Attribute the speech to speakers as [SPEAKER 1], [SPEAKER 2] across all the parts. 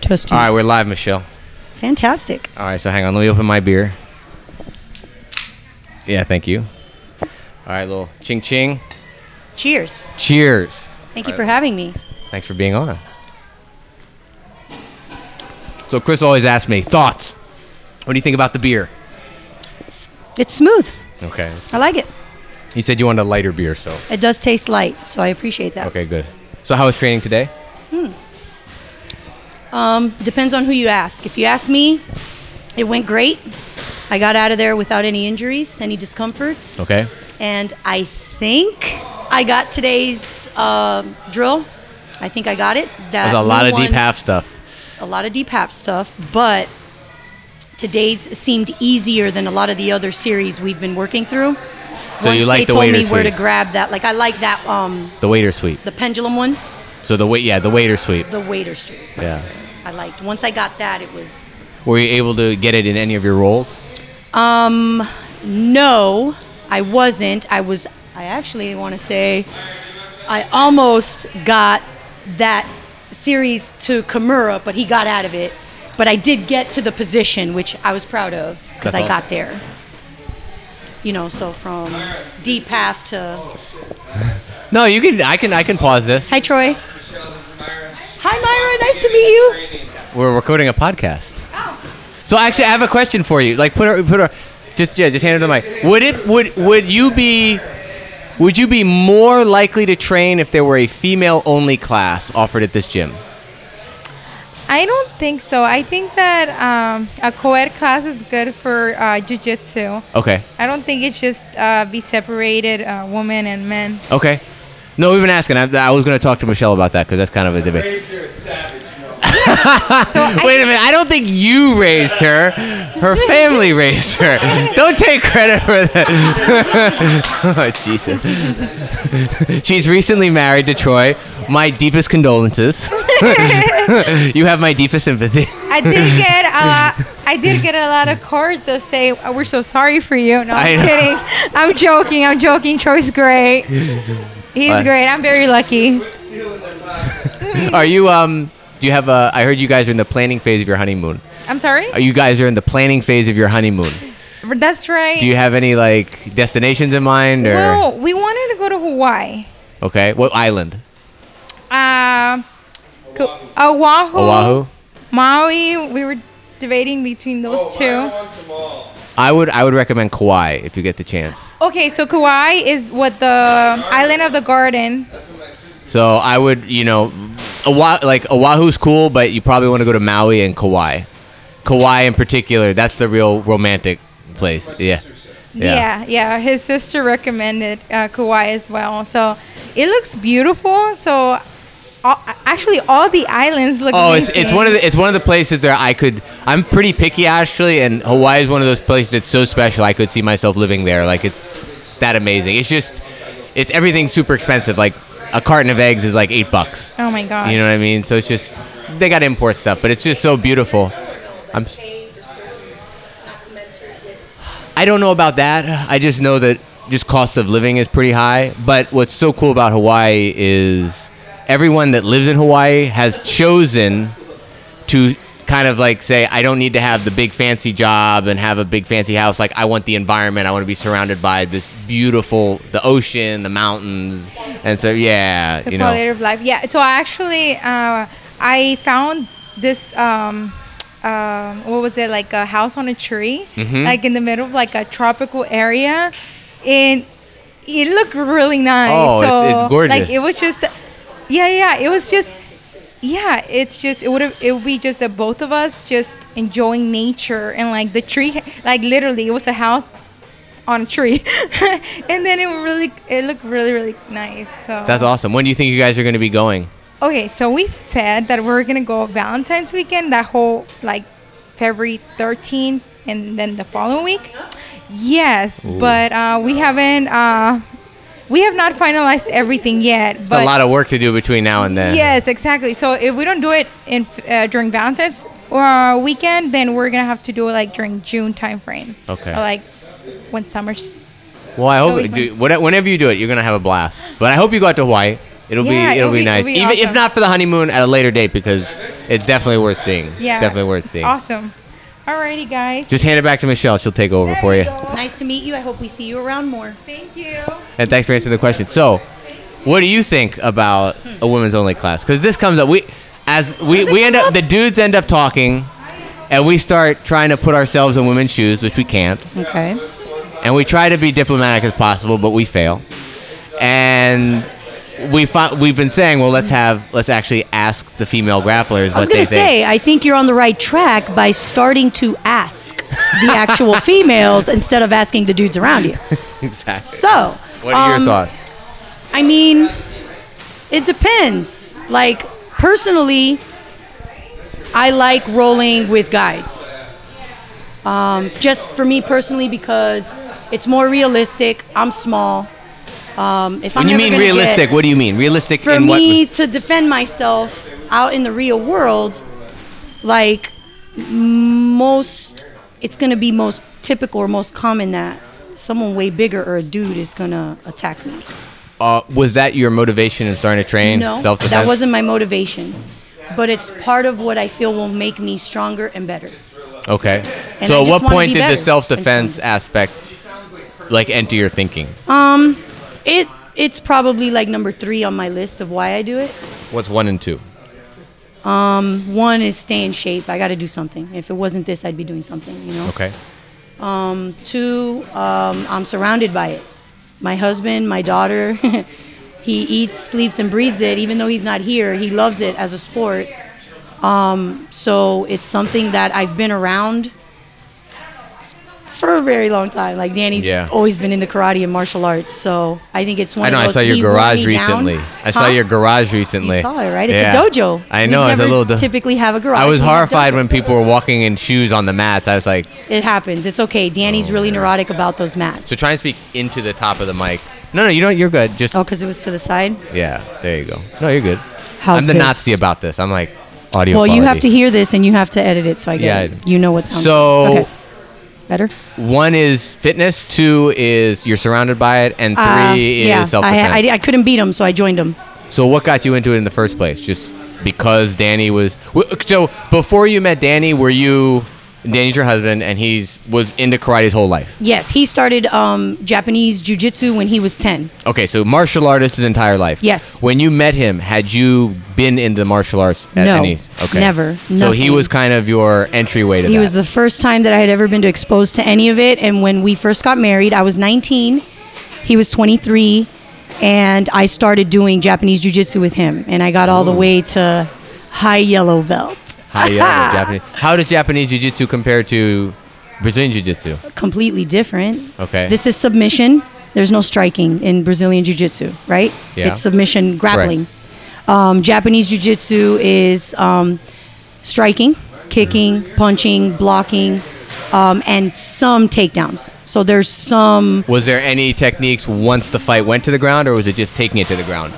[SPEAKER 1] Toasties.
[SPEAKER 2] All right, we're live, Michelle.
[SPEAKER 1] Fantastic.
[SPEAKER 2] All right, so hang on. Let me open my beer. Yeah, thank you. All right, little ching ching.
[SPEAKER 1] Cheers.
[SPEAKER 2] Cheers.
[SPEAKER 1] Thank you for having me.
[SPEAKER 2] Thanks for being on. So Chris always asks me thoughts. What do you think about the beer?
[SPEAKER 1] It's smooth.
[SPEAKER 2] Okay.
[SPEAKER 1] I like it.
[SPEAKER 2] You said you wanted a lighter beer, so
[SPEAKER 1] It does taste light, so I appreciate that.
[SPEAKER 2] okay, good. So how was training today?
[SPEAKER 1] Um, depends on who you ask. If you ask me, it went great. I got out of there without any injuries, any discomforts,
[SPEAKER 2] Okay.
[SPEAKER 1] and I think I got today's um drill. I think I got it. That
[SPEAKER 2] There's a lot
[SPEAKER 1] Uh, no
[SPEAKER 2] of deep
[SPEAKER 1] one-
[SPEAKER 2] half stuff.
[SPEAKER 1] a lot of DPAP stuff, but today's seemed easier than a lot of the other series we've been working through.
[SPEAKER 2] So you like
[SPEAKER 1] they
[SPEAKER 2] the
[SPEAKER 1] told me
[SPEAKER 2] waiter
[SPEAKER 1] where to
[SPEAKER 2] suite.
[SPEAKER 1] grab that, like I like that um
[SPEAKER 2] The waiter sweep.
[SPEAKER 1] the pendulum one,
[SPEAKER 2] So the wait, yeah, the waiter sweep.
[SPEAKER 1] the waiter street.
[SPEAKER 2] Yeah.
[SPEAKER 1] I liked. Once I got that, it was
[SPEAKER 2] Were you able to get it in any of your roles?
[SPEAKER 1] um no, I wasn't. I was I actually want to say I almost got that series to Kamura, but he got out of it. But I did get to the position, which I was proud of because
[SPEAKER 2] That's
[SPEAKER 1] I
[SPEAKER 2] awesome.
[SPEAKER 1] got there. You know, so from deep half to
[SPEAKER 2] No, you can. I can. I can pause this.
[SPEAKER 1] hi Troy. Hi Myra, nice to meet you.
[SPEAKER 2] We're recording a podcast. So actually, I have a question for you. Like, put her, put her, just yeah, just hand her the mic. Would it would would you be would you be more likely to train if there were a female only class offered at this gym?
[SPEAKER 3] I don't think so. I think that um, a co-ed class is good for uh, jujitsu.
[SPEAKER 2] Okay.
[SPEAKER 3] I don't think it's just uh, be separated, uh, women and men.
[SPEAKER 2] Okay. No, we've been asking. I, I was going to talk to Michelle about that because that's kind of a debate.
[SPEAKER 3] So I,
[SPEAKER 2] Wait a minute. I don't think you raised her. Her family raised her. Don't take credit for that. oh, Jesus. She's recently married to Troy. My deepest condolences. you have my deepest sympathy.
[SPEAKER 3] I did get a lot. I did get a lot of cards that say "Oh, we're so sorry for you. No,
[SPEAKER 2] I
[SPEAKER 3] I'm
[SPEAKER 2] know.
[SPEAKER 3] kidding. I'm joking. I'm joking. Troy's great. He's
[SPEAKER 2] Uh,
[SPEAKER 3] great. I'm very lucky.
[SPEAKER 2] Are you um do you have a I heard you guys are in the planning phase of your honeymoon.
[SPEAKER 3] I'm sorry.
[SPEAKER 2] Are you guys are in the planning phase of your honeymoon?
[SPEAKER 3] That's right.
[SPEAKER 2] Do you have any like destinations in mind or
[SPEAKER 3] well, we wanted to go to Hawaii.
[SPEAKER 2] Okay. What island?
[SPEAKER 3] Um, co- uh, Oahu.
[SPEAKER 2] Oahu?
[SPEAKER 3] Maui, we were debating between those two.
[SPEAKER 2] I would I would recommend Kauai if you get the chance.
[SPEAKER 3] Okay, so Kauai is what the island of the garden.
[SPEAKER 2] So I would, you know, Oahu, like Oahu's cool, but you probably want to go to Maui and Kauai. Kauai in particular, that's the real romantic place. Yeah.
[SPEAKER 3] Yeah, yeah. His sister recommended uh, Kauai as well. So it looks beautiful. So all, actually, all the islands look.
[SPEAKER 2] Oh, it's, it's
[SPEAKER 3] amazing.
[SPEAKER 2] one of the it's one of the places that I could. I'm pretty picky actually, and Hawaii is one of those places that's so special. I could see myself living there. Like it's that amazing. It's just, it's everything super expensive. Like a carton of eggs is like eight bucks.
[SPEAKER 3] Oh my god.
[SPEAKER 2] You know what I mean? So it's just they got to import stuff, but it's just so beautiful. I'm. s- I don't know about that. I just know that just cost of living is pretty high. But what's so cool about Hawaii is everyone that lives in Hawaii has chosen to kind of like say I don't need to have the big fancy job and have a big fancy house like I want the environment I want to be surrounded by this beautiful the ocean the mountains and so yeah
[SPEAKER 3] the
[SPEAKER 2] you know
[SPEAKER 3] quality of life. Yeah. So I actually, uh, I found this. Um, um, what was it like a house on a tree,
[SPEAKER 2] Mm-hmm.
[SPEAKER 3] like in the middle of like a tropical area, and it looked really nice.
[SPEAKER 2] Oh, it's-
[SPEAKER 3] so,
[SPEAKER 2] it's gorgeous.
[SPEAKER 3] Like it was just, yeah, yeah. It was just, yeah. It's just it would have it would be just the both of us just enjoying nature and like the tree, like literally it was a house on a tree, and then it really it looked really really nice. So
[SPEAKER 2] That's awesome. When do you think you guys are going to be going?
[SPEAKER 3] Okay, so we said that we're gonna go Valentine's weekend, that whole like February 13th, and then the following week. Yes, but uh, we haven't. Uh, we have not finalized everything yet.
[SPEAKER 2] It's a lot of work to do between now and then.
[SPEAKER 3] Yes, exactly. So if we don't do it in uh, during Valentine's uh, weekend, then we're gonna have to do it like during June timeframe.
[SPEAKER 2] Okay.
[SPEAKER 3] Or, like when summer's
[SPEAKER 2] Well, I
[SPEAKER 3] It'll
[SPEAKER 2] hope
[SPEAKER 3] be
[SPEAKER 2] do, whate- whenever you do it, you're going to have a blast. But I hope you go out to Hawaii. It'll
[SPEAKER 3] Yeah,
[SPEAKER 2] be it'll,
[SPEAKER 3] it'll
[SPEAKER 2] be,
[SPEAKER 3] be-
[SPEAKER 2] nice.
[SPEAKER 3] it'll be
[SPEAKER 2] Even if
[SPEAKER 3] awesome.
[SPEAKER 2] not for the honeymoon, at a later date because it's definitely worth seeing.
[SPEAKER 3] Yeah.
[SPEAKER 2] definitely worth
[SPEAKER 3] it's
[SPEAKER 2] seeing.
[SPEAKER 3] Awesome. Alrighty, guys.
[SPEAKER 2] Just hand it back to Michelle. She'll take over for you.
[SPEAKER 1] It's nice to meet you. I hope we see you around more.
[SPEAKER 3] Thank you.
[SPEAKER 2] And thanks for answering the question. So, what do you think about a women's only class? Because this comes up. We as we,
[SPEAKER 3] Does it
[SPEAKER 2] we end
[SPEAKER 3] come
[SPEAKER 2] up
[SPEAKER 3] up?
[SPEAKER 2] the dudes end up talking, and we start trying to put ourselves in women's shoes, which we can't.
[SPEAKER 1] Okay.
[SPEAKER 2] and we try to be diplomatic as possible, but we fail. And we fi- we've been saying, well, let's have let's actually ask the female grapplers
[SPEAKER 1] I was
[SPEAKER 2] what they
[SPEAKER 1] gonna
[SPEAKER 2] think.
[SPEAKER 1] say, I think you're on the right track by starting to ask the actual females instead of asking the dudes around you.
[SPEAKER 2] exactly.
[SPEAKER 1] So,
[SPEAKER 2] what are
[SPEAKER 1] um,
[SPEAKER 2] your thoughts?
[SPEAKER 1] I mean, it depends. Like personally, I like rolling with guys. Um, just for me personally, because it's more realistic. I'm small. Um, if
[SPEAKER 2] When
[SPEAKER 1] I'm
[SPEAKER 2] you
[SPEAKER 1] never
[SPEAKER 2] mean
[SPEAKER 1] gonna get-
[SPEAKER 2] realistic, what do you mean? Realistic
[SPEAKER 1] for
[SPEAKER 2] in
[SPEAKER 1] me
[SPEAKER 2] what?
[SPEAKER 1] to defend myself out in the real world, like m- most, it's gonna be most typical or most common that someone way bigger or a dude is gonna attack me.
[SPEAKER 2] Uh, was that your motivation in starting to train?
[SPEAKER 1] No,
[SPEAKER 2] Self-defense?
[SPEAKER 1] that wasn't my motivation, but it's part of what I feel will make me stronger and better.
[SPEAKER 2] Okay.
[SPEAKER 1] And I
[SPEAKER 2] so, at
[SPEAKER 1] just
[SPEAKER 2] what
[SPEAKER 1] wanna
[SPEAKER 2] point
[SPEAKER 1] be
[SPEAKER 2] did the
[SPEAKER 1] better and
[SPEAKER 2] self-defense
[SPEAKER 1] stronger.
[SPEAKER 2] aspect like enter your thinking?
[SPEAKER 1] Um, it it's probably like number three on my list of why I do it.
[SPEAKER 2] What's one and two?
[SPEAKER 1] One is stay in shape. I got to do something. If it wasn't this, I'd be doing something. You know.
[SPEAKER 2] Okay.
[SPEAKER 1] Um, two, um, I'm surrounded by it. My husband, my daughter, he eats, sleeps, and breathes it, even though he's not here. He loves it as a sport. Um, so it's something that I've been around for a very long time. Like Danny's
[SPEAKER 2] Yeah.
[SPEAKER 1] always been into karate and martial arts. So I think it's one
[SPEAKER 2] I know.
[SPEAKER 1] of
[SPEAKER 2] I
[SPEAKER 1] those.
[SPEAKER 2] saw your
[SPEAKER 1] he wore
[SPEAKER 2] garage
[SPEAKER 1] me down.
[SPEAKER 2] recently. I saw
[SPEAKER 1] Huh?
[SPEAKER 2] your garage recently.
[SPEAKER 1] You saw it, right? It's
[SPEAKER 2] Yeah.
[SPEAKER 1] a dojo.
[SPEAKER 2] I
[SPEAKER 1] We
[SPEAKER 2] know. It's a
[SPEAKER 1] never
[SPEAKER 2] little. do-
[SPEAKER 1] typically have a garage.
[SPEAKER 2] I was
[SPEAKER 1] We have
[SPEAKER 2] horrified when
[SPEAKER 1] dojos.
[SPEAKER 2] people were walking in shoes on the mats. I was like,
[SPEAKER 1] It happens. It's okay.
[SPEAKER 2] Oh,
[SPEAKER 1] Danny's really neurotic about those mats.
[SPEAKER 2] so try and speak into the top of the mic. No, no, you don't. You're good. Just
[SPEAKER 1] Oh, because it was to the side.
[SPEAKER 2] yeah. There you go. No, you're good.
[SPEAKER 1] How's
[SPEAKER 2] I'm the
[SPEAKER 1] this?
[SPEAKER 2] Nazi about this. I'm like audio.
[SPEAKER 1] Well, you have to
[SPEAKER 2] quality.
[SPEAKER 1] hear this and you have to edit it, so I get
[SPEAKER 2] Yeah, I-
[SPEAKER 1] it. You know what sounds
[SPEAKER 2] So-
[SPEAKER 1] okay. better.
[SPEAKER 2] One is fitness. Two is you're surrounded by it, and three
[SPEAKER 1] Uh,
[SPEAKER 2] is
[SPEAKER 1] yeah,
[SPEAKER 2] self-defense.
[SPEAKER 1] I, I, I couldn't beat him, so I joined him.
[SPEAKER 2] So what got you into it in the first place? Just because Danny was w- so before you met Danny, were you Danny's your husband and he's was into karate his whole life.
[SPEAKER 1] Yes, he started um, Japanese jujitsu when he was ten.
[SPEAKER 2] Okay, so martial artist his entire life.
[SPEAKER 1] Yes.
[SPEAKER 2] When you met him, had you been into martial arts at
[SPEAKER 1] No,
[SPEAKER 2] any Okay.
[SPEAKER 1] never,
[SPEAKER 2] So he
[SPEAKER 1] nothing.
[SPEAKER 2] was kind of your entryway to
[SPEAKER 1] He
[SPEAKER 2] that.
[SPEAKER 1] was the first time that I had ever been to exposed to any of it. And when we first got married, I was 19, he was 23, and I started doing Japanese jujitsu with him. And I got all the way to high yellow belt.
[SPEAKER 2] high yellow Japanese. How does Japanese jiu-jitsu compare to Brazilian jiu-jitsu?
[SPEAKER 1] completely different.
[SPEAKER 2] Okay.
[SPEAKER 1] This is submission. There's no striking in Brazilian Jiu Jitsu, right?
[SPEAKER 2] Yeah.
[SPEAKER 1] It's submission grappling. Um, Japanese Jiu Jitsu is um, striking, kicking, punching, blocking, um, and some takedowns. So there's some.
[SPEAKER 2] Was there any techniques once the fight went to the ground or was it just taking it to the ground?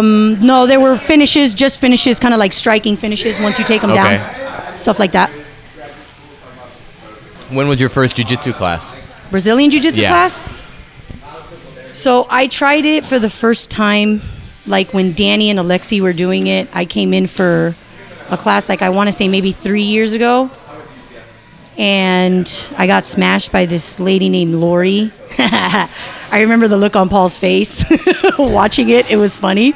[SPEAKER 1] No, there were finishes, just finishes, kind of like striking finishes once you take them
[SPEAKER 2] Okay.
[SPEAKER 1] down, stuff like that.
[SPEAKER 2] When was your first jiu-jitsu class?
[SPEAKER 1] Brazilian Jiu Jitsu
[SPEAKER 2] Yeah.
[SPEAKER 1] class. So I tried it for the first time, like when Danny and Alexi were doing it. I came in for a class, like I want to say maybe three years ago. And I got smashed by this lady named Lori. I remember the look on Paul's face watching it. It was funny.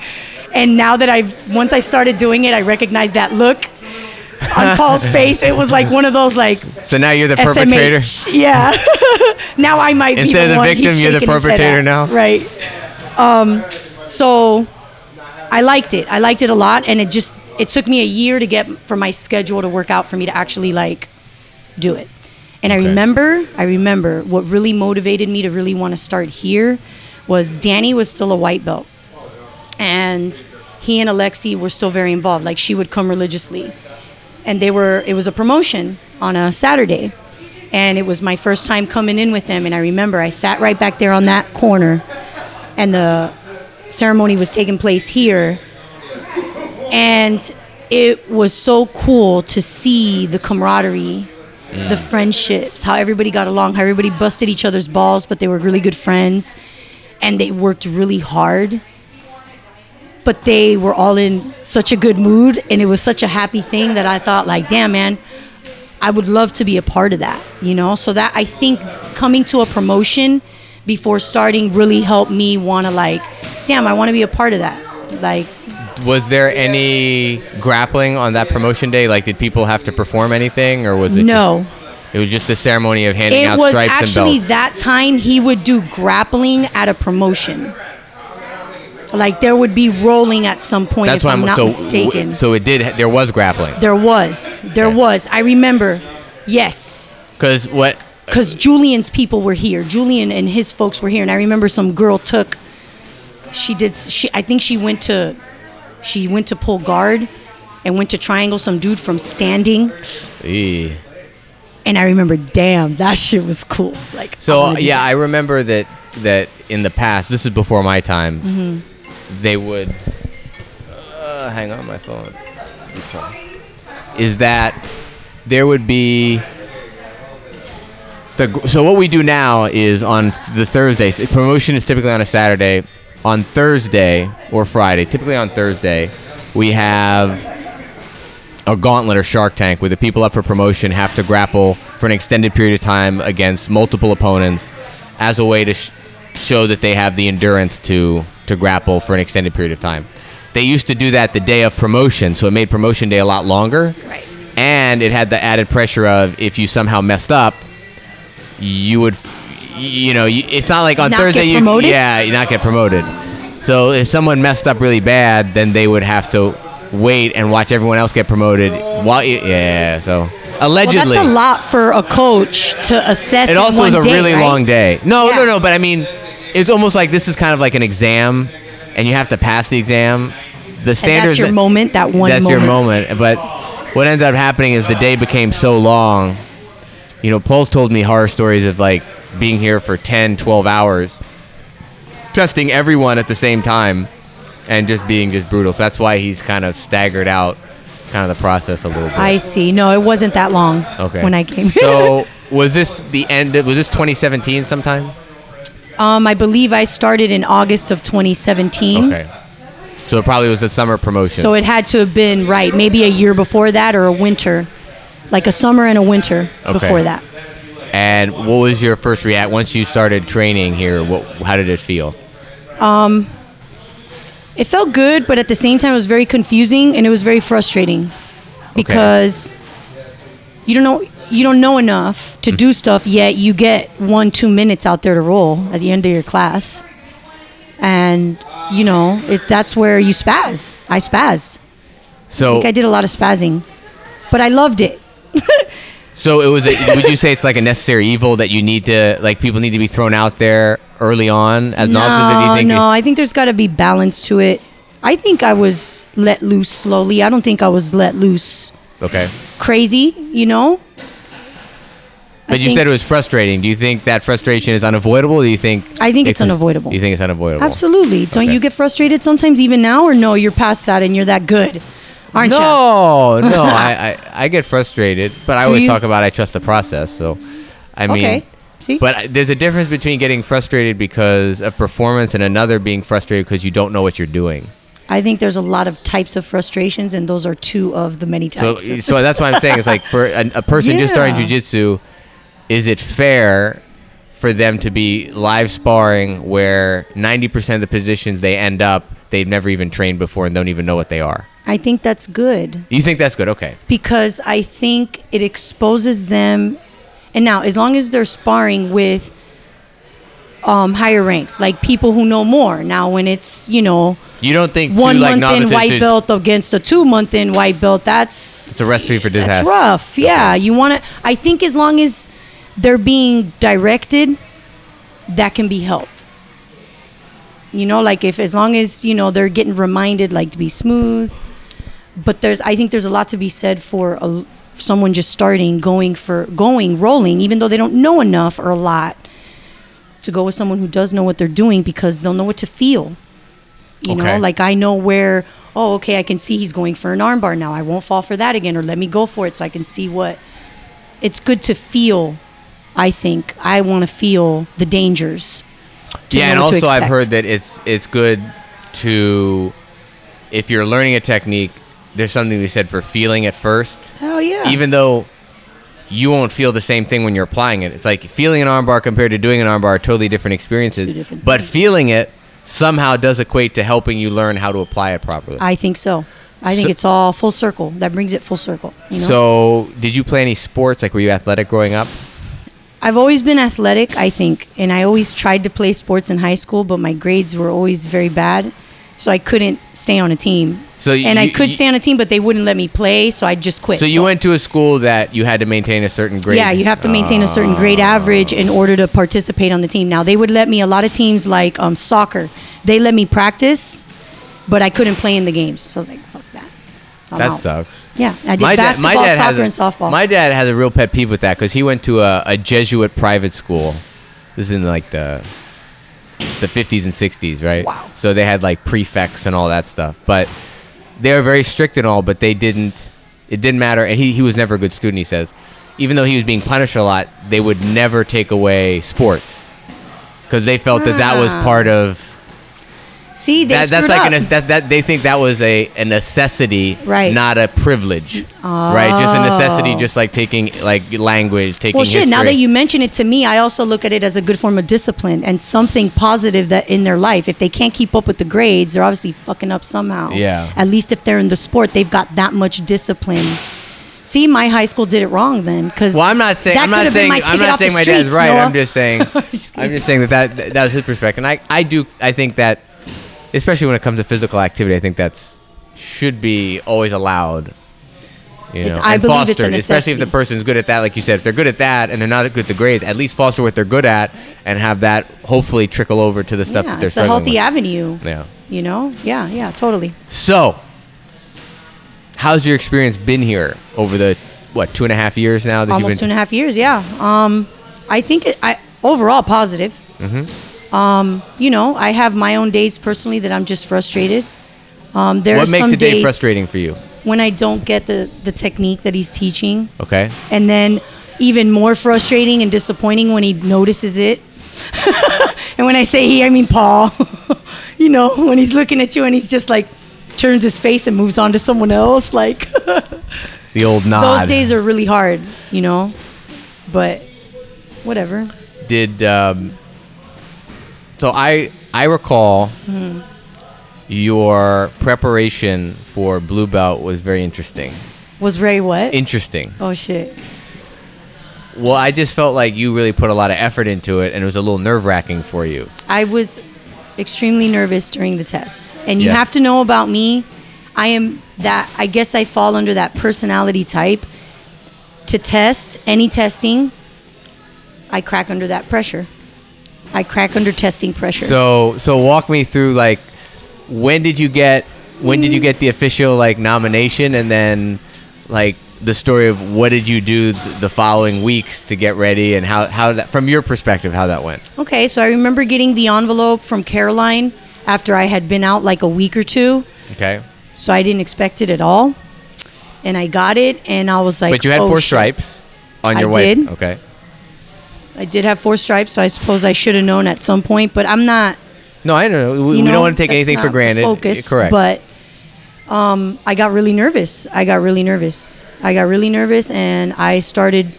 [SPEAKER 1] And now that I've, once I started doing it, I recognized that look on Paul's face. It was like one of those, like,
[SPEAKER 2] So now you're the perpetrator.
[SPEAKER 1] SMH. Yeah. now I might be
[SPEAKER 2] Instead of
[SPEAKER 1] the
[SPEAKER 2] the
[SPEAKER 1] one
[SPEAKER 2] victim,
[SPEAKER 1] he's
[SPEAKER 2] you're the
[SPEAKER 1] shaking his head
[SPEAKER 2] perpetrator
[SPEAKER 1] at.
[SPEAKER 2] now?
[SPEAKER 1] Right. Um, so I liked it. I liked it a lot, and it just it took me a year to get for my schedule to work out for me to actually like do it. And
[SPEAKER 2] Okay.
[SPEAKER 1] I remember, I remember what really motivated me to really want to start here was Danny was still a white belt and he and Alexi were still very involved. Like she would come religiously, and they were. It was a promotion on a Saturday, and it was my first time coming in with them. And I remember I sat right back there on that corner, and the ceremony was taking place here, and it was so cool to see the camaraderie. The friendships, how everybody got along, how everybody busted each other's balls, but they were really good friends and they worked really hard but they were all in such a good mood and it was such a happy thing that I thought like, damn man, I would love to be a part of that, you know? So that I think coming to a promotion before starting really helped me want to like, damn, I want to be a part of that. Like
[SPEAKER 2] Was there any grappling on that promotion day? Like, did people have to perform anything, or was it?
[SPEAKER 1] No.
[SPEAKER 2] just- it was just the ceremony of handing
[SPEAKER 1] it
[SPEAKER 2] out
[SPEAKER 1] was
[SPEAKER 2] stripes
[SPEAKER 1] actually
[SPEAKER 2] and belts.
[SPEAKER 1] that time he would do grappling at a promotion. Like there would be rolling at some point if
[SPEAKER 2] That's why
[SPEAKER 1] I'm, not
[SPEAKER 2] so.
[SPEAKER 1] mistaken.
[SPEAKER 2] So it did. There was grappling
[SPEAKER 1] there was. There was. I remember. Yes.
[SPEAKER 2] because what
[SPEAKER 1] because Julian's people were here. Julian and his folks were here, and I remember some girl took. She did. She I think she went to, she went to pull guard, and went to triangle some dude from standing.
[SPEAKER 2] Eh.
[SPEAKER 1] And I remember, damn, that shit was cool. Like
[SPEAKER 2] So
[SPEAKER 1] wanna do
[SPEAKER 2] yeah,
[SPEAKER 1] that.
[SPEAKER 2] I remember that that in the past, this is before my time,
[SPEAKER 1] Mm-hmm.
[SPEAKER 2] they would. Uh, hang on, my phone. Is that there would be the gr- so what we do now is on the Thursdays. Promotion is typically on a Saturday. On Thursday or Friday, typically on Thursday, we have a gauntlet or shark tank where the people up for promotion have to grapple for an extended period of time against multiple opponents as a way to sh- show that they have the endurance to to grapple for an extended period of time. They used to do that the day of promotion, so it made promotion day a lot longer.
[SPEAKER 1] Right.
[SPEAKER 2] And it had the added pressure of if you somehow messed up, you would you know, you, it's not like on
[SPEAKER 1] Not get
[SPEAKER 2] Thursday you
[SPEAKER 1] promoted?
[SPEAKER 2] yeah, yeah, you not get promoted. So if someone messed up really bad, then they would have to wait and watch everyone else get promoted. While yeah, so
[SPEAKER 1] Well,
[SPEAKER 2] allegedly,
[SPEAKER 1] that's a lot for a coach to assess.
[SPEAKER 2] it
[SPEAKER 1] in
[SPEAKER 2] also
[SPEAKER 1] one
[SPEAKER 2] is a
[SPEAKER 1] day,
[SPEAKER 2] really
[SPEAKER 1] right?
[SPEAKER 2] long day. No,
[SPEAKER 1] Yeah.
[SPEAKER 2] no, no. But I mean, it's almost like this is kind of like an exam, and you have to pass the exam. The
[SPEAKER 1] And
[SPEAKER 2] standards.
[SPEAKER 1] that's your
[SPEAKER 2] that-
[SPEAKER 1] moment. That one.
[SPEAKER 2] that's
[SPEAKER 1] moment.
[SPEAKER 2] your moment. But what ended up happening is the day became so long. You know, Paul's told me horror stories of like being here for 10, 12 hours, testing everyone at the same time, and just being just brutal. So that's why he's kind of staggered out kind of the process a little bit.
[SPEAKER 1] I see. No, it wasn't that long.
[SPEAKER 2] okay.
[SPEAKER 1] When I came.
[SPEAKER 2] so was this the end? Of, was this 2017 sometime?
[SPEAKER 1] um, I believe I started in August of 2017.
[SPEAKER 2] Okay. So it probably was a summer promotion.
[SPEAKER 1] Mm-hmm. So it had to have been right, maybe a year before that or a winter, like a summer and a winter
[SPEAKER 2] Okay.
[SPEAKER 1] before that.
[SPEAKER 2] and what was your first react once you started training here? What, how did it feel?
[SPEAKER 1] It felt good, but at the same time, it was very confusing and it was very frustrating because you don't know you don't know enough to do stuff yet. You get one two minutes out there to roll at the end of your class, and you know it, that's where you spaz. I spazzed. I
[SPEAKER 2] So
[SPEAKER 1] think I did a lot of spazzing, but I loved it.
[SPEAKER 2] So it was. A, would you say it's like a necessary evil that you need to like people need to be thrown out there early on as
[SPEAKER 1] no,
[SPEAKER 2] novices? That you think
[SPEAKER 1] no, I think there's got to be balance to it. I think I was let loose slowly. I don't think I was let loose
[SPEAKER 2] okay.
[SPEAKER 1] crazy, you know?
[SPEAKER 2] But you
[SPEAKER 1] think-
[SPEAKER 2] said it was frustrating. Do you think that frustration is unavoidable? Or do you think
[SPEAKER 1] I think it's unavoidable.
[SPEAKER 2] You think it's unavoidable?
[SPEAKER 1] Absolutely. Don't
[SPEAKER 2] Okay.
[SPEAKER 1] you get frustrated sometimes, even now, or no, you're past that and you're that good, aren't you?
[SPEAKER 2] No, no. I, I I get frustrated, but I
[SPEAKER 1] Do
[SPEAKER 2] always
[SPEAKER 1] you?
[SPEAKER 2] talk about I trust the process. So, I mean.
[SPEAKER 1] Okay. See?
[SPEAKER 2] But I- there's a difference between getting frustrated because of performance and another being frustrated because you don't know what you're doing.
[SPEAKER 1] I think there's a lot of types of frustrations, and those are two of the many
[SPEAKER 2] So,
[SPEAKER 1] types. of-
[SPEAKER 2] so that's what I'm saying. It's like for a, a person just starting
[SPEAKER 1] Yeah.
[SPEAKER 2] jujitsu, is it fair for them to be live sparring where 90% of the positions they end up they've never even trained before and don't even know what they are?
[SPEAKER 1] I think that's good.
[SPEAKER 2] You think that's good? Okay.
[SPEAKER 1] because I think it exposes them. And now, as long as they're sparring with um, higher ranks, like people who know more. Now, when it's you know
[SPEAKER 2] You don't think
[SPEAKER 1] one
[SPEAKER 2] two, like
[SPEAKER 1] month
[SPEAKER 2] novices
[SPEAKER 1] in white
[SPEAKER 2] should-
[SPEAKER 1] belt against a two month in white belt, that's
[SPEAKER 2] It's a recipe for disaster.
[SPEAKER 1] that's rough. Yeah, you want to. I think as long as they're being directed, that can be helped. You know, like if as long as you know they're getting reminded, like to be smooth. But there's, I think there's a lot to be said for a, someone just starting, going for going rolling, even though they don't know enough or a lot. To go with someone who does know what they're doing because they'll know what to feel. You
[SPEAKER 2] Okay.
[SPEAKER 1] know, like I know where, oh, okay, I can see he's going for an armbar now. I won't fall for that again, or let me go for it so I can see what. It's good to feel, I think. I want to feel the dangers. to
[SPEAKER 2] yeah,
[SPEAKER 1] know
[SPEAKER 2] and
[SPEAKER 1] what to
[SPEAKER 2] also I've
[SPEAKER 1] expect.
[SPEAKER 2] heard that it's it's good to if you're learning a technique, there's something to be said for feeling it first.
[SPEAKER 1] Hell yeah.
[SPEAKER 2] Even though you won't feel the same thing when you're applying it. It's like feeling an armbar compared to doing an armbar are totally different experiences.
[SPEAKER 1] Two different
[SPEAKER 2] but
[SPEAKER 1] things.
[SPEAKER 2] feeling it somehow does equate to helping you learn how to apply it properly.
[SPEAKER 1] I think so. I think
[SPEAKER 2] So-
[SPEAKER 1] it's all full circle. That brings it full circle. You know?
[SPEAKER 2] So, did you play any sports? Like, were you athletic growing up?
[SPEAKER 1] I've always been athletic, I think, and I always tried to play sports in high school, but my grades were always very bad, so I couldn't stay on a team.
[SPEAKER 2] So you-
[SPEAKER 1] and I
[SPEAKER 2] you-
[SPEAKER 1] could
[SPEAKER 2] you-
[SPEAKER 1] stay on a team, but they wouldn't let me play, so I just quit.
[SPEAKER 2] So you went to a school that you had to maintain a certain grade. Oh.
[SPEAKER 1] Yeah, you have to maintain a certain grade average in order to participate on the team. Now they would let me a lot of teams like um, soccer, they let me practice, but I couldn't play in the games. So I was like, fuck that. I'm
[SPEAKER 2] That
[SPEAKER 1] out.
[SPEAKER 2] sucks.
[SPEAKER 1] Yeah, I did basketball,
[SPEAKER 2] has
[SPEAKER 1] soccer,
[SPEAKER 2] a-
[SPEAKER 1] and softball.
[SPEAKER 2] My dad has a real pet peeve with that because he went to a, a Jesuit private school. This is in like the the 50s and 60s, right?
[SPEAKER 1] Wow.
[SPEAKER 2] So they had like prefects and all that stuff, but they were very strict and all. But they didn't. It didn't matter, and he he was never a good student. He says, even though he was being punished a lot, they would never take away sports because they felt that that was
[SPEAKER 1] Ah.
[SPEAKER 2] part of
[SPEAKER 1] See, they
[SPEAKER 2] that, that's
[SPEAKER 1] screwed
[SPEAKER 2] like
[SPEAKER 1] up.
[SPEAKER 2] an that, that they think that was a, a necessity,
[SPEAKER 1] Right.
[SPEAKER 2] Not a privilege, right? Just a necessity,
[SPEAKER 1] Oh.
[SPEAKER 2] just like taking like language, taking.
[SPEAKER 1] Well, shit. Now
[SPEAKER 2] history.
[SPEAKER 1] that you mention it to me, I also look at it as a good form of discipline and something positive that in their life. If they can't keep up with the grades, they're obviously fucking up somehow.
[SPEAKER 2] Yeah.
[SPEAKER 1] At least if they're in the sport, they've got that much discipline. See, my high school did it wrong then, because
[SPEAKER 2] Well, I'm not saying I'm not saying I'm not saying my dad's right. I'm just saying
[SPEAKER 1] Just
[SPEAKER 2] I'm
[SPEAKER 1] kidding.
[SPEAKER 2] just saying that, that that that was his perspective, and I I do I think that especially when it comes to physical activity, I think that's should be always allowed. You know,
[SPEAKER 1] It's- I
[SPEAKER 2] and
[SPEAKER 1] believe it's a
[SPEAKER 2] fostered, especially if the
[SPEAKER 1] necessity.
[SPEAKER 2] person's good at that, like you said. If they're good at that and they're not good at the grades, at least foster what they're good at and have that hopefully trickle over to the stuff that
[SPEAKER 1] yeah,
[SPEAKER 2] they're
[SPEAKER 1] it's a healthy
[SPEAKER 2] struggling
[SPEAKER 1] avenue.
[SPEAKER 2] with. Yeah.
[SPEAKER 1] You know? Yeah, yeah, totally.
[SPEAKER 2] So, how's your experience been here over the what two and a half years now? That
[SPEAKER 1] almost
[SPEAKER 2] you've
[SPEAKER 1] two
[SPEAKER 2] been,
[SPEAKER 1] and a half years. Yeah. Um, I think it, I overall positive.
[SPEAKER 2] Mm-hmm.
[SPEAKER 1] Um, you know, I have my own days personally that I'm just frustrated. Um, there are
[SPEAKER 2] What makes
[SPEAKER 1] some
[SPEAKER 2] a day
[SPEAKER 1] days
[SPEAKER 2] frustrating for you?
[SPEAKER 1] when I don't get the the technique that he's teaching,
[SPEAKER 2] Okay.
[SPEAKER 1] and then even more frustrating and disappointing when he notices it. and when I say he, I mean Paul. you know, when he's looking at you and he's just like turns his face and moves on to someone else, like.
[SPEAKER 2] The old nod.
[SPEAKER 1] those days are really hard, you know. But whatever.
[SPEAKER 2] did um, so I I recall
[SPEAKER 1] Mm-hmm.
[SPEAKER 2] your preparation for blue belt was very interesting.
[SPEAKER 1] Was Ray what?
[SPEAKER 2] Interesting.
[SPEAKER 1] oh shit.
[SPEAKER 2] Well, I just felt like you really put a lot of effort into it, and it was a little nerve wracking for you.
[SPEAKER 1] I was extremely nervous during the test. And you
[SPEAKER 2] Yeah.
[SPEAKER 1] have to know about me. I am that I guess I fall under that personality type to test any testing. I crack under that pressure. I crack under testing pressure.
[SPEAKER 2] So so walk me through like when did you get when did you get the official like nomination and then like the story of what did you do th- the following weeks to get ready and how how that from your perspective how that went.
[SPEAKER 1] Okay, so I remember getting the envelope from Caroline after I had been out like a week or two.
[SPEAKER 2] Okay.
[SPEAKER 1] so I didn't expect it at all. And I got it, and I was like,
[SPEAKER 2] but you had
[SPEAKER 1] oh,
[SPEAKER 2] four
[SPEAKER 1] shit."
[SPEAKER 2] stripes on
[SPEAKER 1] I
[SPEAKER 2] your way.
[SPEAKER 1] did.
[SPEAKER 2] Okay.
[SPEAKER 1] I did have four stripes, so I suppose I should have known at some point. But I'm not.
[SPEAKER 2] No, I don't know. We,
[SPEAKER 1] You
[SPEAKER 2] we
[SPEAKER 1] know,
[SPEAKER 2] don't want to take
[SPEAKER 1] that's
[SPEAKER 2] anything
[SPEAKER 1] not
[SPEAKER 2] for
[SPEAKER 1] the
[SPEAKER 2] granted.
[SPEAKER 1] Focus,
[SPEAKER 2] Correct.
[SPEAKER 1] But um, I got really nervous. I got really nervous. I got really nervous, and I started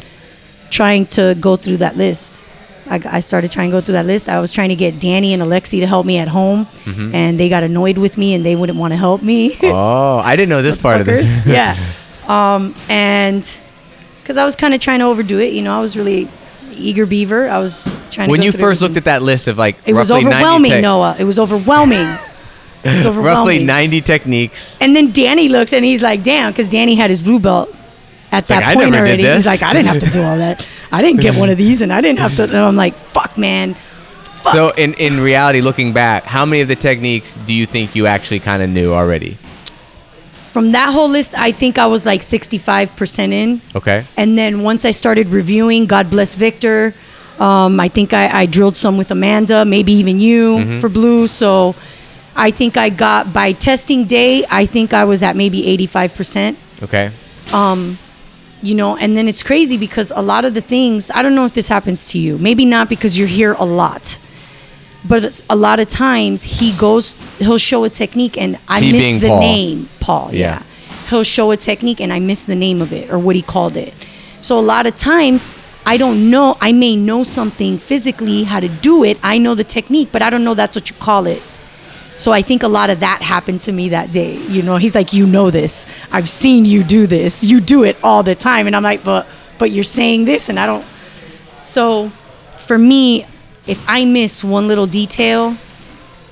[SPEAKER 1] trying to go through that list. I, g- I started trying to go through that list. I was trying to get Danny and Alexi to help me at home, and they got annoyed with me, and they wouldn't want to help me.
[SPEAKER 2] Mm-hmm. oh, I didn't know this part of this.
[SPEAKER 1] fuckers. yeah. Um, and because I was kind of trying to overdo it, you know, I was really eager beaver. I was trying to.
[SPEAKER 2] when
[SPEAKER 1] go
[SPEAKER 2] you
[SPEAKER 1] through
[SPEAKER 2] first
[SPEAKER 1] everything.
[SPEAKER 2] looked at that list of like
[SPEAKER 1] it was
[SPEAKER 2] roughly 90
[SPEAKER 1] overwhelming,
[SPEAKER 2] tech-
[SPEAKER 1] Noah. It was overwhelming. It was overwhelming.
[SPEAKER 2] roughly 90 techniques.
[SPEAKER 1] And then Danny looks and he's like, "Damn," because Danny had his blue belt at that
[SPEAKER 2] like, "I
[SPEAKER 1] point
[SPEAKER 2] never did
[SPEAKER 1] already.
[SPEAKER 2] this."
[SPEAKER 1] He's like, "I didn't have to do all that. I didn't get one of these, and I didn't have to." And I'm like, "Fuck, man."
[SPEAKER 2] So in, in reality, looking back, how many of the techniques do you think you actually kind of knew already?
[SPEAKER 1] From that whole list, I think I was like 65 percent in.
[SPEAKER 2] Okay.
[SPEAKER 1] And then once I started reviewing, God bless Victor. Um, I think I, I drilled some with Amanda, maybe even you
[SPEAKER 2] Mm-hmm.
[SPEAKER 1] for blue. So I think I got by testing day. I think I was at maybe eighty five percent.
[SPEAKER 2] Okay.
[SPEAKER 1] You know, and then it's crazy because a lot of the things I don't know if this happens to you. Maybe not because you're here a lot, but it's- a lot of times he goes, he'll show a technique, and I
[SPEAKER 2] He being
[SPEAKER 1] miss the
[SPEAKER 2] Paul.
[SPEAKER 1] name, Paul.
[SPEAKER 2] Yeah.
[SPEAKER 1] Yeah. he'll show a technique, and I miss the name of it or what he called it. So a lot of times I don't know. I may know something physically how to do it. I know the technique, but I don't know that's what you call it. So I think a lot of that happened to me that day. You know, he's like, you know this. I've seen you do this. You do it all the time. And I'm like, but but you're saying this and I don't So for me, if I miss one little detail,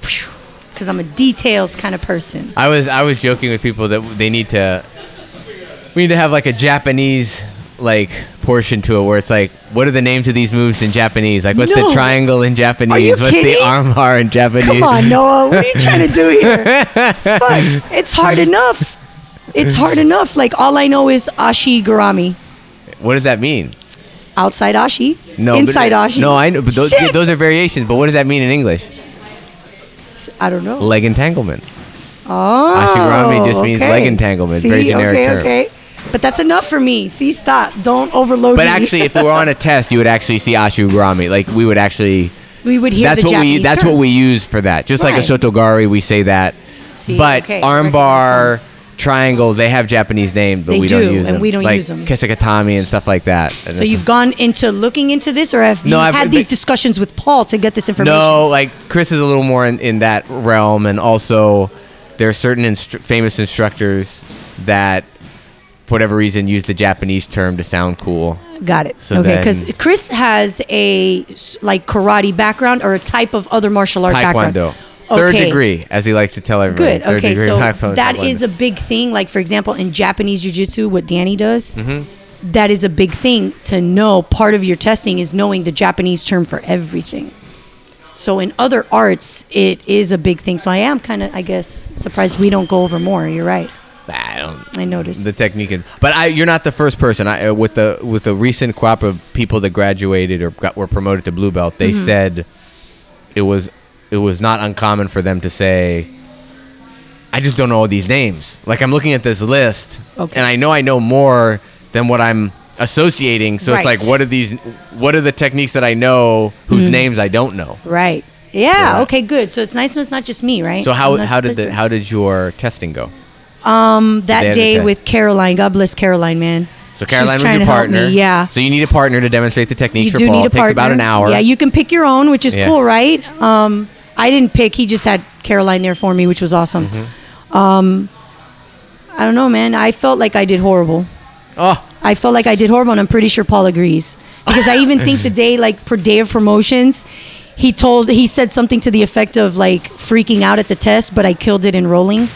[SPEAKER 1] because I'm a details kind of person.
[SPEAKER 2] I was I was joking with people that they need to we need to have like a Japanese like portion to it where it's like what are the names of these moves in Japanese? Like what's
[SPEAKER 1] No.
[SPEAKER 2] the triangle in Japanese?
[SPEAKER 1] Are you
[SPEAKER 2] what's
[SPEAKER 1] kidding?
[SPEAKER 2] the arm bar in Japanese?
[SPEAKER 1] Come on, Noah. What are you trying to do here? Fuck. It's hard enough. It's hard enough. Like all I know is Ashi Garami.
[SPEAKER 2] What does that mean?
[SPEAKER 1] Outside Ashi.
[SPEAKER 2] No, but-
[SPEAKER 1] Inside Ashi.
[SPEAKER 2] No, I know, but those,
[SPEAKER 1] Shit.
[SPEAKER 2] those are variations. But what does that mean in English?
[SPEAKER 1] I don't know.
[SPEAKER 2] Leg entanglement.
[SPEAKER 1] Oh,
[SPEAKER 2] Ashigurami just means leg entanglement, very
[SPEAKER 1] See,
[SPEAKER 2] generic
[SPEAKER 1] okay,
[SPEAKER 2] term.
[SPEAKER 1] Okay, but that's enough for me. See, stop. Don't overload
[SPEAKER 2] But
[SPEAKER 1] me.
[SPEAKER 2] actually, if we were on a test, you would actually see ashugurami. Like we would actually.
[SPEAKER 1] we would hear
[SPEAKER 2] that's
[SPEAKER 1] the
[SPEAKER 2] what
[SPEAKER 1] Japanese
[SPEAKER 2] we that's
[SPEAKER 1] term.
[SPEAKER 2] what we use for that. Just like a
[SPEAKER 1] Right.
[SPEAKER 2] sotogari, we say that.
[SPEAKER 1] See,
[SPEAKER 2] but
[SPEAKER 1] okay, recognize
[SPEAKER 2] armbar, triangle, they have Japanese names, but
[SPEAKER 1] They
[SPEAKER 2] we
[SPEAKER 1] do,
[SPEAKER 2] not use
[SPEAKER 1] and
[SPEAKER 2] them.
[SPEAKER 1] we don't
[SPEAKER 2] like
[SPEAKER 1] use them.
[SPEAKER 2] Kisekatami and stuff like that. And
[SPEAKER 1] So
[SPEAKER 2] it's-
[SPEAKER 1] you've gone into looking into this, or have you
[SPEAKER 2] No, I've-
[SPEAKER 1] had these discussions with Paul to get this information?
[SPEAKER 2] no, like Chris is a little more in, in that realm, and also there are certain instru- famous instructors that, for whatever reason, use the Japanese term to sound cool.
[SPEAKER 1] Got it.
[SPEAKER 2] So
[SPEAKER 1] okay, because
[SPEAKER 2] then-
[SPEAKER 1] Chris has a s- like karate background or a type of other martial art background.
[SPEAKER 2] Taekwondo, third
[SPEAKER 1] Okay.
[SPEAKER 2] degree, as he likes to tell everybody.
[SPEAKER 1] Good.
[SPEAKER 2] Third
[SPEAKER 1] Okay.
[SPEAKER 2] degree
[SPEAKER 1] So
[SPEAKER 2] Taekwondo,
[SPEAKER 1] that
[SPEAKER 2] Taekwondo.
[SPEAKER 1] is a big thing. Like for example, in Japanese jujitsu, what Danny does,
[SPEAKER 2] Mm-hmm.
[SPEAKER 1] that is a big thing to know. Part of your testing is knowing the Japanese term for everything. So in other arts, it is a big thing. So I am kind of, I guess, surprised we don't go over more. You're right.
[SPEAKER 2] I don't.
[SPEAKER 1] I noticed.
[SPEAKER 2] the technique. Is, but I, you're not the first person. I uh, with the with the recent crop of people that graduated or got were promoted to blue belt.
[SPEAKER 1] Mm-hmm.
[SPEAKER 2] They said it was it was not uncommon for them to say, "I just don't know all these names." Like I'm looking at this list,
[SPEAKER 1] Okay.
[SPEAKER 2] and I know I know more than what I'm associating. So
[SPEAKER 1] Right. Mm-hmm.
[SPEAKER 2] it's like, what are these? What are the techniques that I know whose names I don't know?
[SPEAKER 1] Right. Yeah.
[SPEAKER 2] Yeah.
[SPEAKER 1] Okay. Good. So it's nice. and It's not just me, right?
[SPEAKER 2] So how
[SPEAKER 1] I'm not
[SPEAKER 2] how did the, how did your testing go? they
[SPEAKER 1] that
[SPEAKER 2] had
[SPEAKER 1] day
[SPEAKER 2] to-
[SPEAKER 1] with Caroline. God bless Caroline, man.
[SPEAKER 2] So
[SPEAKER 1] She
[SPEAKER 2] Caroline was
[SPEAKER 1] trying
[SPEAKER 2] your
[SPEAKER 1] to help
[SPEAKER 2] partner.
[SPEAKER 1] Me. Yeah.
[SPEAKER 2] So you need a partner to demonstrate the techniques
[SPEAKER 1] you
[SPEAKER 2] for
[SPEAKER 1] do
[SPEAKER 2] Paul.
[SPEAKER 1] need a
[SPEAKER 2] it takes
[SPEAKER 1] partner.
[SPEAKER 2] about an hour.
[SPEAKER 1] Yeah, you can pick your own, which is
[SPEAKER 2] Yeah.
[SPEAKER 1] cool, right? Um, I didn't pick. He just had Caroline there for me, which was awesome.
[SPEAKER 2] Mm-hmm.
[SPEAKER 1] Um, I don't know, man. I felt like I did horrible.
[SPEAKER 2] oh,
[SPEAKER 1] I felt like I did horrible, and I'm pretty sure Paul agrees because I even think the day, like per day of promotions, he told he said something to the effect of like freaking out at the test, but I killed it in rolling.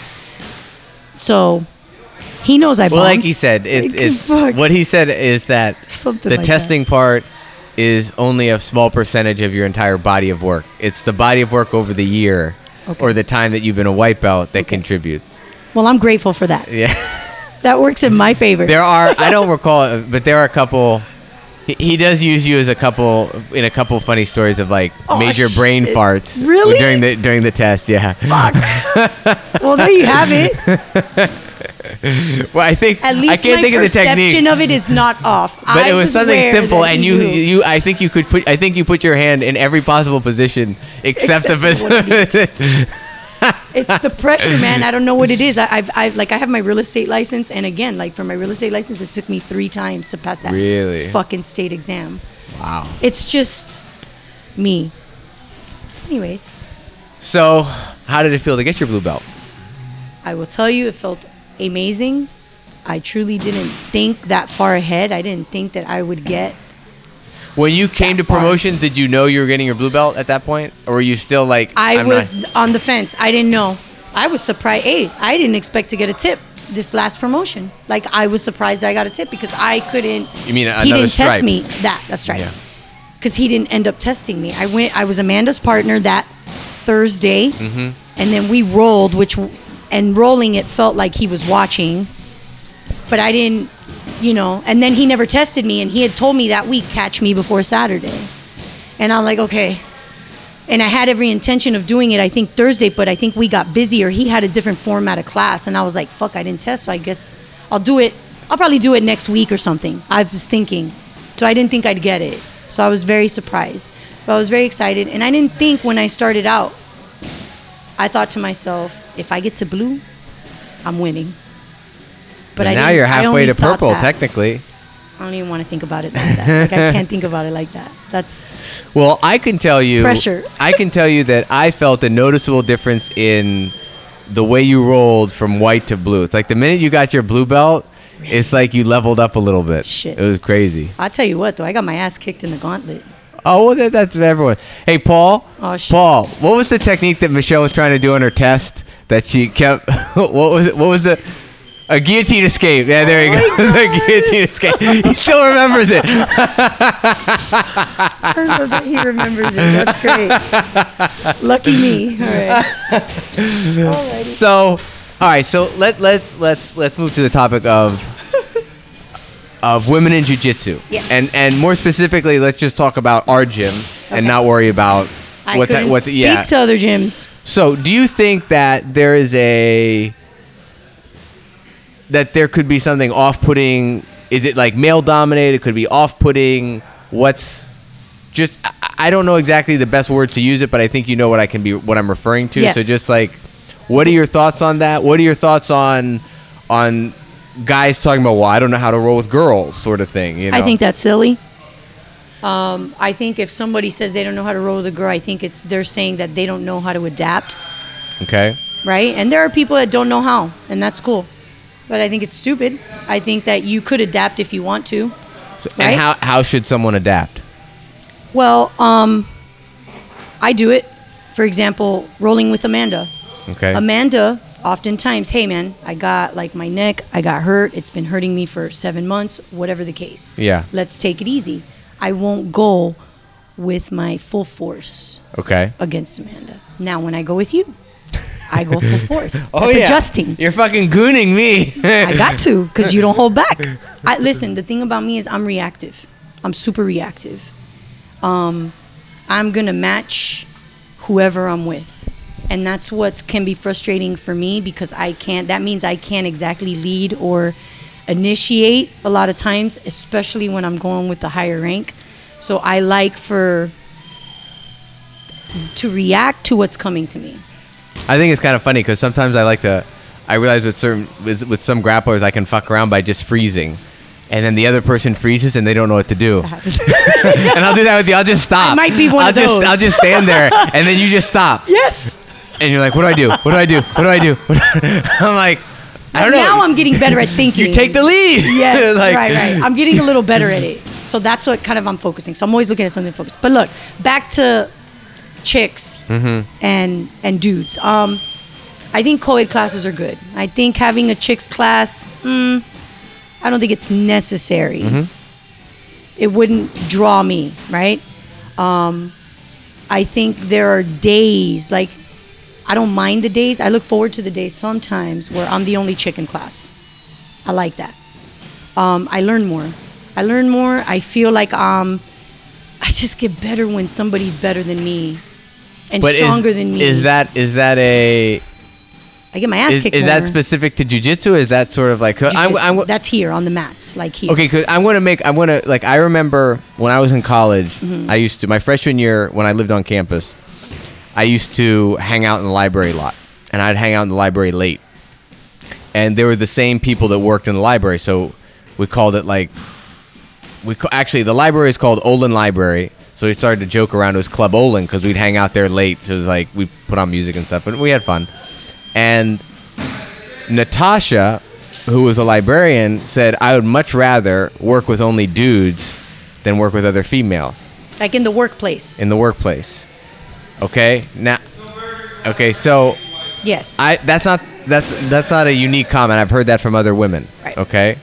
[SPEAKER 1] So he knows I.
[SPEAKER 2] well, like
[SPEAKER 1] bombed.
[SPEAKER 2] he said, it,
[SPEAKER 1] Like,
[SPEAKER 2] it's
[SPEAKER 1] fuck.
[SPEAKER 2] what he said is that
[SPEAKER 1] Something
[SPEAKER 2] the
[SPEAKER 1] like that.
[SPEAKER 2] testing part is only a small percentage of your entire body of work. It's the body of work over the year
[SPEAKER 1] Okay.
[SPEAKER 2] or the time that you've been a wipeout that contributes.
[SPEAKER 1] Well, I'm grateful for that.
[SPEAKER 2] Yeah.
[SPEAKER 1] That works in my favor.
[SPEAKER 2] There are I don't recall, it, but there are a couple. He, he does use you as a couple in a couple funny stories of like
[SPEAKER 1] Aw,
[SPEAKER 2] major brain
[SPEAKER 1] Oh, shit.
[SPEAKER 2] farts
[SPEAKER 1] Really?
[SPEAKER 2] during the during the test. Yeah.
[SPEAKER 1] well, there you have it.
[SPEAKER 2] Well, I think
[SPEAKER 1] At least
[SPEAKER 2] I can't
[SPEAKER 1] my
[SPEAKER 2] think of the technique.
[SPEAKER 1] perception of it is not off.
[SPEAKER 2] but
[SPEAKER 1] I
[SPEAKER 2] it was something
[SPEAKER 1] aware
[SPEAKER 2] simple,
[SPEAKER 1] that
[SPEAKER 2] and
[SPEAKER 1] he
[SPEAKER 2] you,
[SPEAKER 1] knew.
[SPEAKER 2] you, I think you could put, I think you put your hand in every possible position except, the
[SPEAKER 1] Except the one
[SPEAKER 2] position.
[SPEAKER 1] it's the pressure, man. I don't know what it is. I, I've, I've, like, I have my real estate license, and again, like for my real estate license, it took me three times to pass that
[SPEAKER 2] Really?
[SPEAKER 1] fucking state exam.
[SPEAKER 2] wow.
[SPEAKER 1] It's just me. Anyways,
[SPEAKER 2] So, how did it feel to get your blue belt?
[SPEAKER 1] I will tell you, it felt amazing. I truly didn't think that far ahead. I didn't think that I would get
[SPEAKER 2] When you came
[SPEAKER 1] That
[SPEAKER 2] to
[SPEAKER 1] far.
[SPEAKER 2] promotion, did you know you were getting your blue belt at that point, or were you still like?
[SPEAKER 1] I
[SPEAKER 2] I'm not-
[SPEAKER 1] was on the fence. I didn't know. I was surprised. Hey, I didn't expect to get a tip this last promotion. Like I was surprised I got a tip because I couldn't.
[SPEAKER 2] You
[SPEAKER 1] he
[SPEAKER 2] mean another
[SPEAKER 1] didn't test
[SPEAKER 2] stripe.
[SPEAKER 1] me? That that's right.
[SPEAKER 2] Yeah.
[SPEAKER 1] Because he didn't end up testing me. I went. I was Amanda's partner that Thursday,
[SPEAKER 2] Mm-hmm.
[SPEAKER 1] and then we rolled. Which and rolling, it felt like he was watching, but I didn't. You know, and then he never tested me, and he had told me that week catch me before Saturday, and I'm like, okay, and I had every intention of doing it. I think Thursday, but I think we got busy, or he had a different format of class, and I was like, "Fuck, I didn't test, so I guess I'll do it. I'll probably do it next week or something." I was thinking, so I didn't think I'd get it, so I was very surprised. But I was very excited, and I didn't think when I started out. I thought to myself, if I get to blue, I'm winning.
[SPEAKER 4] But now
[SPEAKER 1] didn't-
[SPEAKER 4] you're
[SPEAKER 1] I
[SPEAKER 4] halfway
[SPEAKER 1] only
[SPEAKER 4] to
[SPEAKER 1] thought
[SPEAKER 4] purple,
[SPEAKER 1] that.
[SPEAKER 4] technically.
[SPEAKER 1] I don't even want to think about it like that. Like, I can't think about it like that. That's
[SPEAKER 2] Well, I can tell you
[SPEAKER 1] Pressure.
[SPEAKER 2] I can tell you that I felt a noticeable difference in the way you rolled from white to blue. It's like the minute you got your blue belt, it's like you leveled up a little bit.
[SPEAKER 1] Shit.
[SPEAKER 2] It was crazy.
[SPEAKER 1] I'll tell you what, though, I got my ass kicked in the gauntlet.
[SPEAKER 2] Oh, well, that, that's everyone. Hey, Paul.
[SPEAKER 1] Oh, shit.
[SPEAKER 2] Paul, what was the technique that Michelle was trying to do on her test that she kept? what was it? What was the? A guillotine escape. Yeah, there
[SPEAKER 1] Oh
[SPEAKER 2] you go. It was a guillotine escape. He still remembers it.
[SPEAKER 1] I love that he remembers it. That's great. Lucky me. All right.
[SPEAKER 2] So, all right. So let let's let's let's move to the topic of of women in jujitsu.
[SPEAKER 1] Yes.
[SPEAKER 2] And and more specifically, let's just talk about our gym and
[SPEAKER 1] Okay.
[SPEAKER 2] not worry about
[SPEAKER 1] I
[SPEAKER 2] what's
[SPEAKER 1] couldn't
[SPEAKER 2] what's
[SPEAKER 1] speak
[SPEAKER 2] yeah.
[SPEAKER 1] to other gyms.
[SPEAKER 2] So, do you think that there is a that there could be something off-putting? Is it like male dominated? Could be off-putting. What's just I- I don't know exactly the best words to use it, but I think you know what I can be what I'm referring to. So
[SPEAKER 1] Yes.
[SPEAKER 2] just like what are your thoughts on that? What are your thoughts on on guys talking about well, I don't know how to roll with girls sort of thing, you know?
[SPEAKER 1] I think that's silly. Um, I think if somebody says they don't know how to roll with a girl, I think it's they're saying that they don't know how to adapt,
[SPEAKER 2] Okay.
[SPEAKER 1] right? And there are people that don't know how, and that's cool. But I think it's stupid. I think that you could adapt if you want to.
[SPEAKER 2] So,
[SPEAKER 1] Right?
[SPEAKER 2] And how how should someone adapt?
[SPEAKER 1] Well, um, I do it. For example, rolling with Amanda.
[SPEAKER 2] Okay.
[SPEAKER 1] Amanda oftentimes, hey man, I got like my neck, I got hurt, it's been hurting me for seven months, whatever the case.
[SPEAKER 2] Yeah.
[SPEAKER 1] Let's take it easy. I won't go with my full force
[SPEAKER 2] okay.
[SPEAKER 1] against Amanda. Now, when I go with you, I go full force. That's adjusting.
[SPEAKER 2] Oh, You're fucking gooning me.
[SPEAKER 1] I got to because you don't hold back. I, listen, the thing about me is I'm reactive. I'm super reactive. Um, I'm gonna match whoever I'm with, and that's what can be frustrating for me because I can't. That means I can't exactly lead or initiate a lot of times, especially when I'm going with the higher rank. So I like for to react to what's coming to me.
[SPEAKER 2] I think it's kind of funny because sometimes I like to. I realize with certain with, with some grapplers I can fuck around by just freezing, and then the other person freezes and they don't know what to do. and I'll do that with you. I'll just stop.
[SPEAKER 1] might be one
[SPEAKER 2] I'll
[SPEAKER 1] of
[SPEAKER 2] just,
[SPEAKER 1] those.
[SPEAKER 2] I'll just stand there and then you just stop.
[SPEAKER 1] Yes.
[SPEAKER 2] And you're like, what do I do? What do I do? What do I do? I'm like, I don't know.
[SPEAKER 1] Now I'm getting better at thinking.
[SPEAKER 2] you take the lead.
[SPEAKER 1] Yes,
[SPEAKER 2] Like-
[SPEAKER 1] right, right. I'm getting a little better at it. So that's what kind of I'm focusing. So I'm always looking at something focused. But look, back to chicks and and dudes. Um, I think co-ed classes are good. I think having a chicks class, mm, I don't think it's necessary. It wouldn't draw me, right? Um, I think there are days like I don't mind the days. I look forward to the days sometimes where I'm the only chick in class. I like that um, I learn more. I learn more. I feel like um, I just get better when somebody's better than me and
[SPEAKER 2] But is-
[SPEAKER 1] stronger than me.
[SPEAKER 2] Is that is that a
[SPEAKER 1] I get my ass
[SPEAKER 2] is,
[SPEAKER 1] kicked?
[SPEAKER 2] is that
[SPEAKER 1] more.
[SPEAKER 2] specific to jujitsu? Is that sort of like I'm,
[SPEAKER 1] Jiu-jitsu.
[SPEAKER 2] I'm,
[SPEAKER 1] That's here on the mats, like here.
[SPEAKER 2] Okay, because I want to make I want to like I remember when I was in college, I used to my freshman year when I lived on campus, I used to hang out in the library a lot, and I'd hang out in the library late, and they were the same people that worked in the library, so we called it like we ca- actually the library is called Olin Library. So we started to joke around. It was Club Olin because we'd hang out there late. So it was like we put on music and stuff, and we had fun. And Natasha, who was a librarian, said, "I would much rather work with only dudes than work with other females
[SPEAKER 1] Like in the workplace.
[SPEAKER 2] in the workplace." Okay, now, okay, so
[SPEAKER 1] yes.
[SPEAKER 2] I that's not that's that's not a unique comment. I've heard that from other women.
[SPEAKER 1] Right.
[SPEAKER 2] Okay,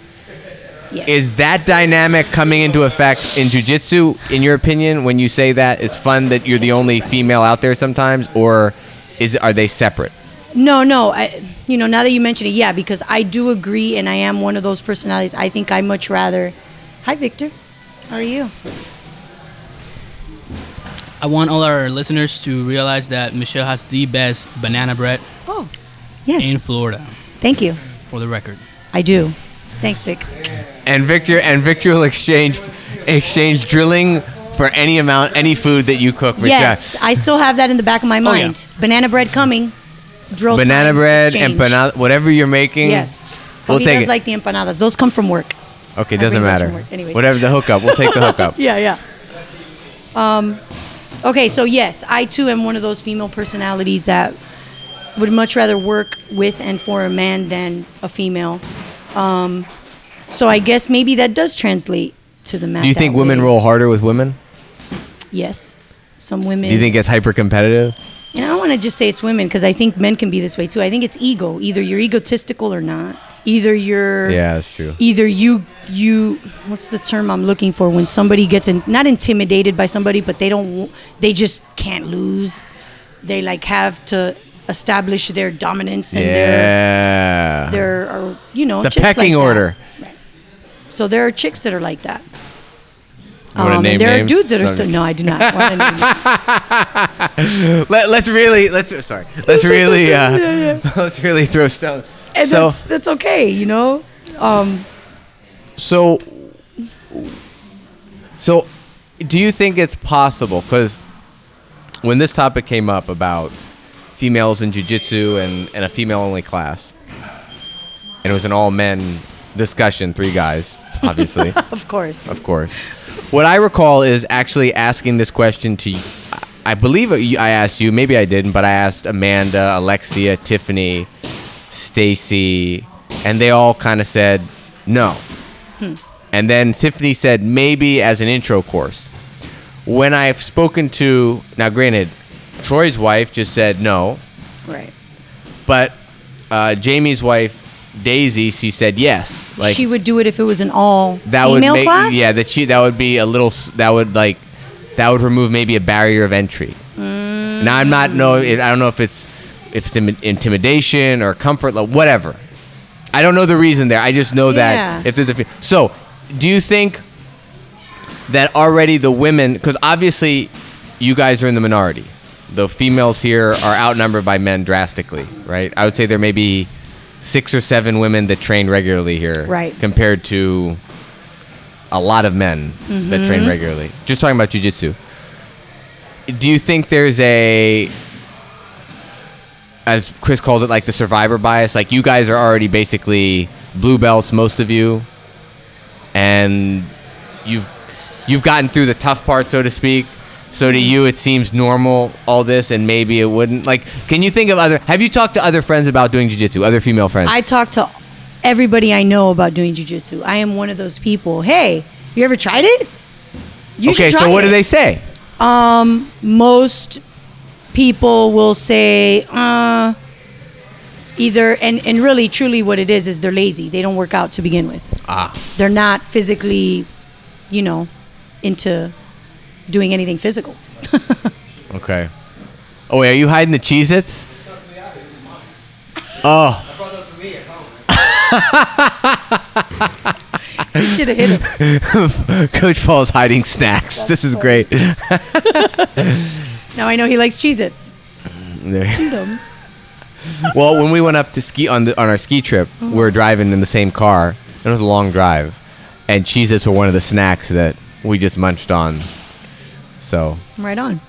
[SPEAKER 1] yes.
[SPEAKER 2] is that dynamic coming into effect in jujitsu? In your opinion, when you say that, it's fun that you're the only female out there sometimes, or is are they separate?
[SPEAKER 1] No, no. I, you know, now that you mention it, yeah, because I do agree, and I am one of those personalities. I think I much rather. Hi, Victor. How are you?
[SPEAKER 5] I want all our listeners to realize that Michelle has the best banana bread
[SPEAKER 1] Oh, yes.
[SPEAKER 5] in Florida,
[SPEAKER 1] Thank you.
[SPEAKER 5] for the record.
[SPEAKER 1] I do. Thanks, Vic.
[SPEAKER 2] and Victor and Victor will exchange exchange drilling for any amount, any food that you cook. Michelle.
[SPEAKER 1] Yes, I still have that in the back of my
[SPEAKER 5] yeah.
[SPEAKER 1] mind. Banana bread coming. Drill
[SPEAKER 2] Oh, banana
[SPEAKER 1] time
[SPEAKER 2] bread,
[SPEAKER 1] exchange.
[SPEAKER 2] empanada, whatever you're making.
[SPEAKER 1] Yes.
[SPEAKER 2] we'll
[SPEAKER 1] He
[SPEAKER 2] take
[SPEAKER 1] does
[SPEAKER 2] it.
[SPEAKER 1] like the empanadas. Those come from work.
[SPEAKER 2] okay,
[SPEAKER 1] bring
[SPEAKER 2] doesn't
[SPEAKER 1] those
[SPEAKER 2] matter.
[SPEAKER 1] from work anyways.
[SPEAKER 2] Whatever the hookup, we'll take the hookup.
[SPEAKER 1] Yeah, yeah. Um, okay, so yes, I too am one of those female personalities that would much rather work with and for a man than a female. Um, so I guess maybe that does translate to the man.
[SPEAKER 2] Do you think women roll harder with women?
[SPEAKER 1] Yes, some women.
[SPEAKER 2] Do you think it's hyper competitive?
[SPEAKER 1] And I don't want to just say it's women because I think men can be this way too. I think it's ego. Either you're egotistical or not. Either you're.
[SPEAKER 2] Yeah, that's true.
[SPEAKER 1] Either you you what's the term I'm looking for when somebody gets in, not intimidated by somebody but they don't w- they just can't lose. They like have to establish their dominance and their
[SPEAKER 2] Yeah.
[SPEAKER 1] their or, you know
[SPEAKER 2] the
[SPEAKER 1] chicks like
[SPEAKER 2] pecking
[SPEAKER 1] that.
[SPEAKER 2] order.
[SPEAKER 1] So there are chicks that are like that. Um,
[SPEAKER 2] You wanna
[SPEAKER 1] and
[SPEAKER 2] name
[SPEAKER 1] there
[SPEAKER 2] names?
[SPEAKER 1] are dudes that are
[SPEAKER 2] No,
[SPEAKER 1] still.
[SPEAKER 2] just-
[SPEAKER 1] No, I do not. want to name names.
[SPEAKER 2] Let, let's really let's sorry. Let's really uh, let's really throw stones.
[SPEAKER 1] And
[SPEAKER 2] so
[SPEAKER 1] that's that's okay, you know. Um,
[SPEAKER 2] So, so, do you think it's possible? Because when this topic came up about females in jujitsu and, and a female-only class, and it was an all-men discussion, three guys, obviously,
[SPEAKER 1] of course.
[SPEAKER 2] of course. What I recall is actually asking this question to, y- I believe you- I asked you, maybe I didn't, but I asked Amanda, Alexia, Tiffany, Stacy, and they all kind of said no. And then Tiffany said maybe as an intro course. When I've spoken to, now granted, Troy's wife just said no,
[SPEAKER 1] Right.
[SPEAKER 2] but uh, Jamie's wife, Daisy, she said yes.
[SPEAKER 1] she would do it if it was an all
[SPEAKER 2] that would
[SPEAKER 1] female
[SPEAKER 2] make
[SPEAKER 1] class.
[SPEAKER 2] yeah that she that would be a little s- that would like that would remove maybe a barrier of entry.
[SPEAKER 1] Mm.
[SPEAKER 2] Now I'm not no I don't know if it's if it's imi- intimidation or comfort level whatever. I don't know the reason there. I just know that
[SPEAKER 1] Yeah.
[SPEAKER 2] if there's a fe- so do you think that already the women because obviously you guys are in the minority. The females here are outnumbered by men drastically, right? I would say there may be six or seven women that train regularly here,
[SPEAKER 1] Right.
[SPEAKER 2] Compared to a lot of men that train regularly. Just talking about jujitsu. Do you think there's a, as Chris called it, like the survivor bias? Like you guys are already basically blue belts, most of you, and you've you've gotten through the tough part, so to speak. So to you, it seems normal all this, and maybe it wouldn't. Like, can you think of other? Have you talked to other friends about doing jujitsu? Other female friends?
[SPEAKER 1] I talk to everybody I know about doing jujitsu. I am one of those people. Hey, you ever tried it? You
[SPEAKER 2] okay,
[SPEAKER 1] should try
[SPEAKER 2] so what
[SPEAKER 1] it.
[SPEAKER 2] do they say?
[SPEAKER 1] Um, most people will say, uh, either and and really truly what it is is they're lazy. They don't work out to begin with.
[SPEAKER 2] Ah.
[SPEAKER 1] They're not physically, you know, into doing anything physical.
[SPEAKER 2] Okay. Oh wait, are you hiding the Cheez Its? Oh,
[SPEAKER 1] You should have hit him.
[SPEAKER 2] Coach Paul's hiding snacks. This is great.
[SPEAKER 1] Now I know he likes Cheez-Its.
[SPEAKER 2] well, when we went up to ski on the, on our ski trip, we were driving in the same car. It was a long drive, and Cheez Its were one of the snacks that we just munched on. So
[SPEAKER 1] Right on.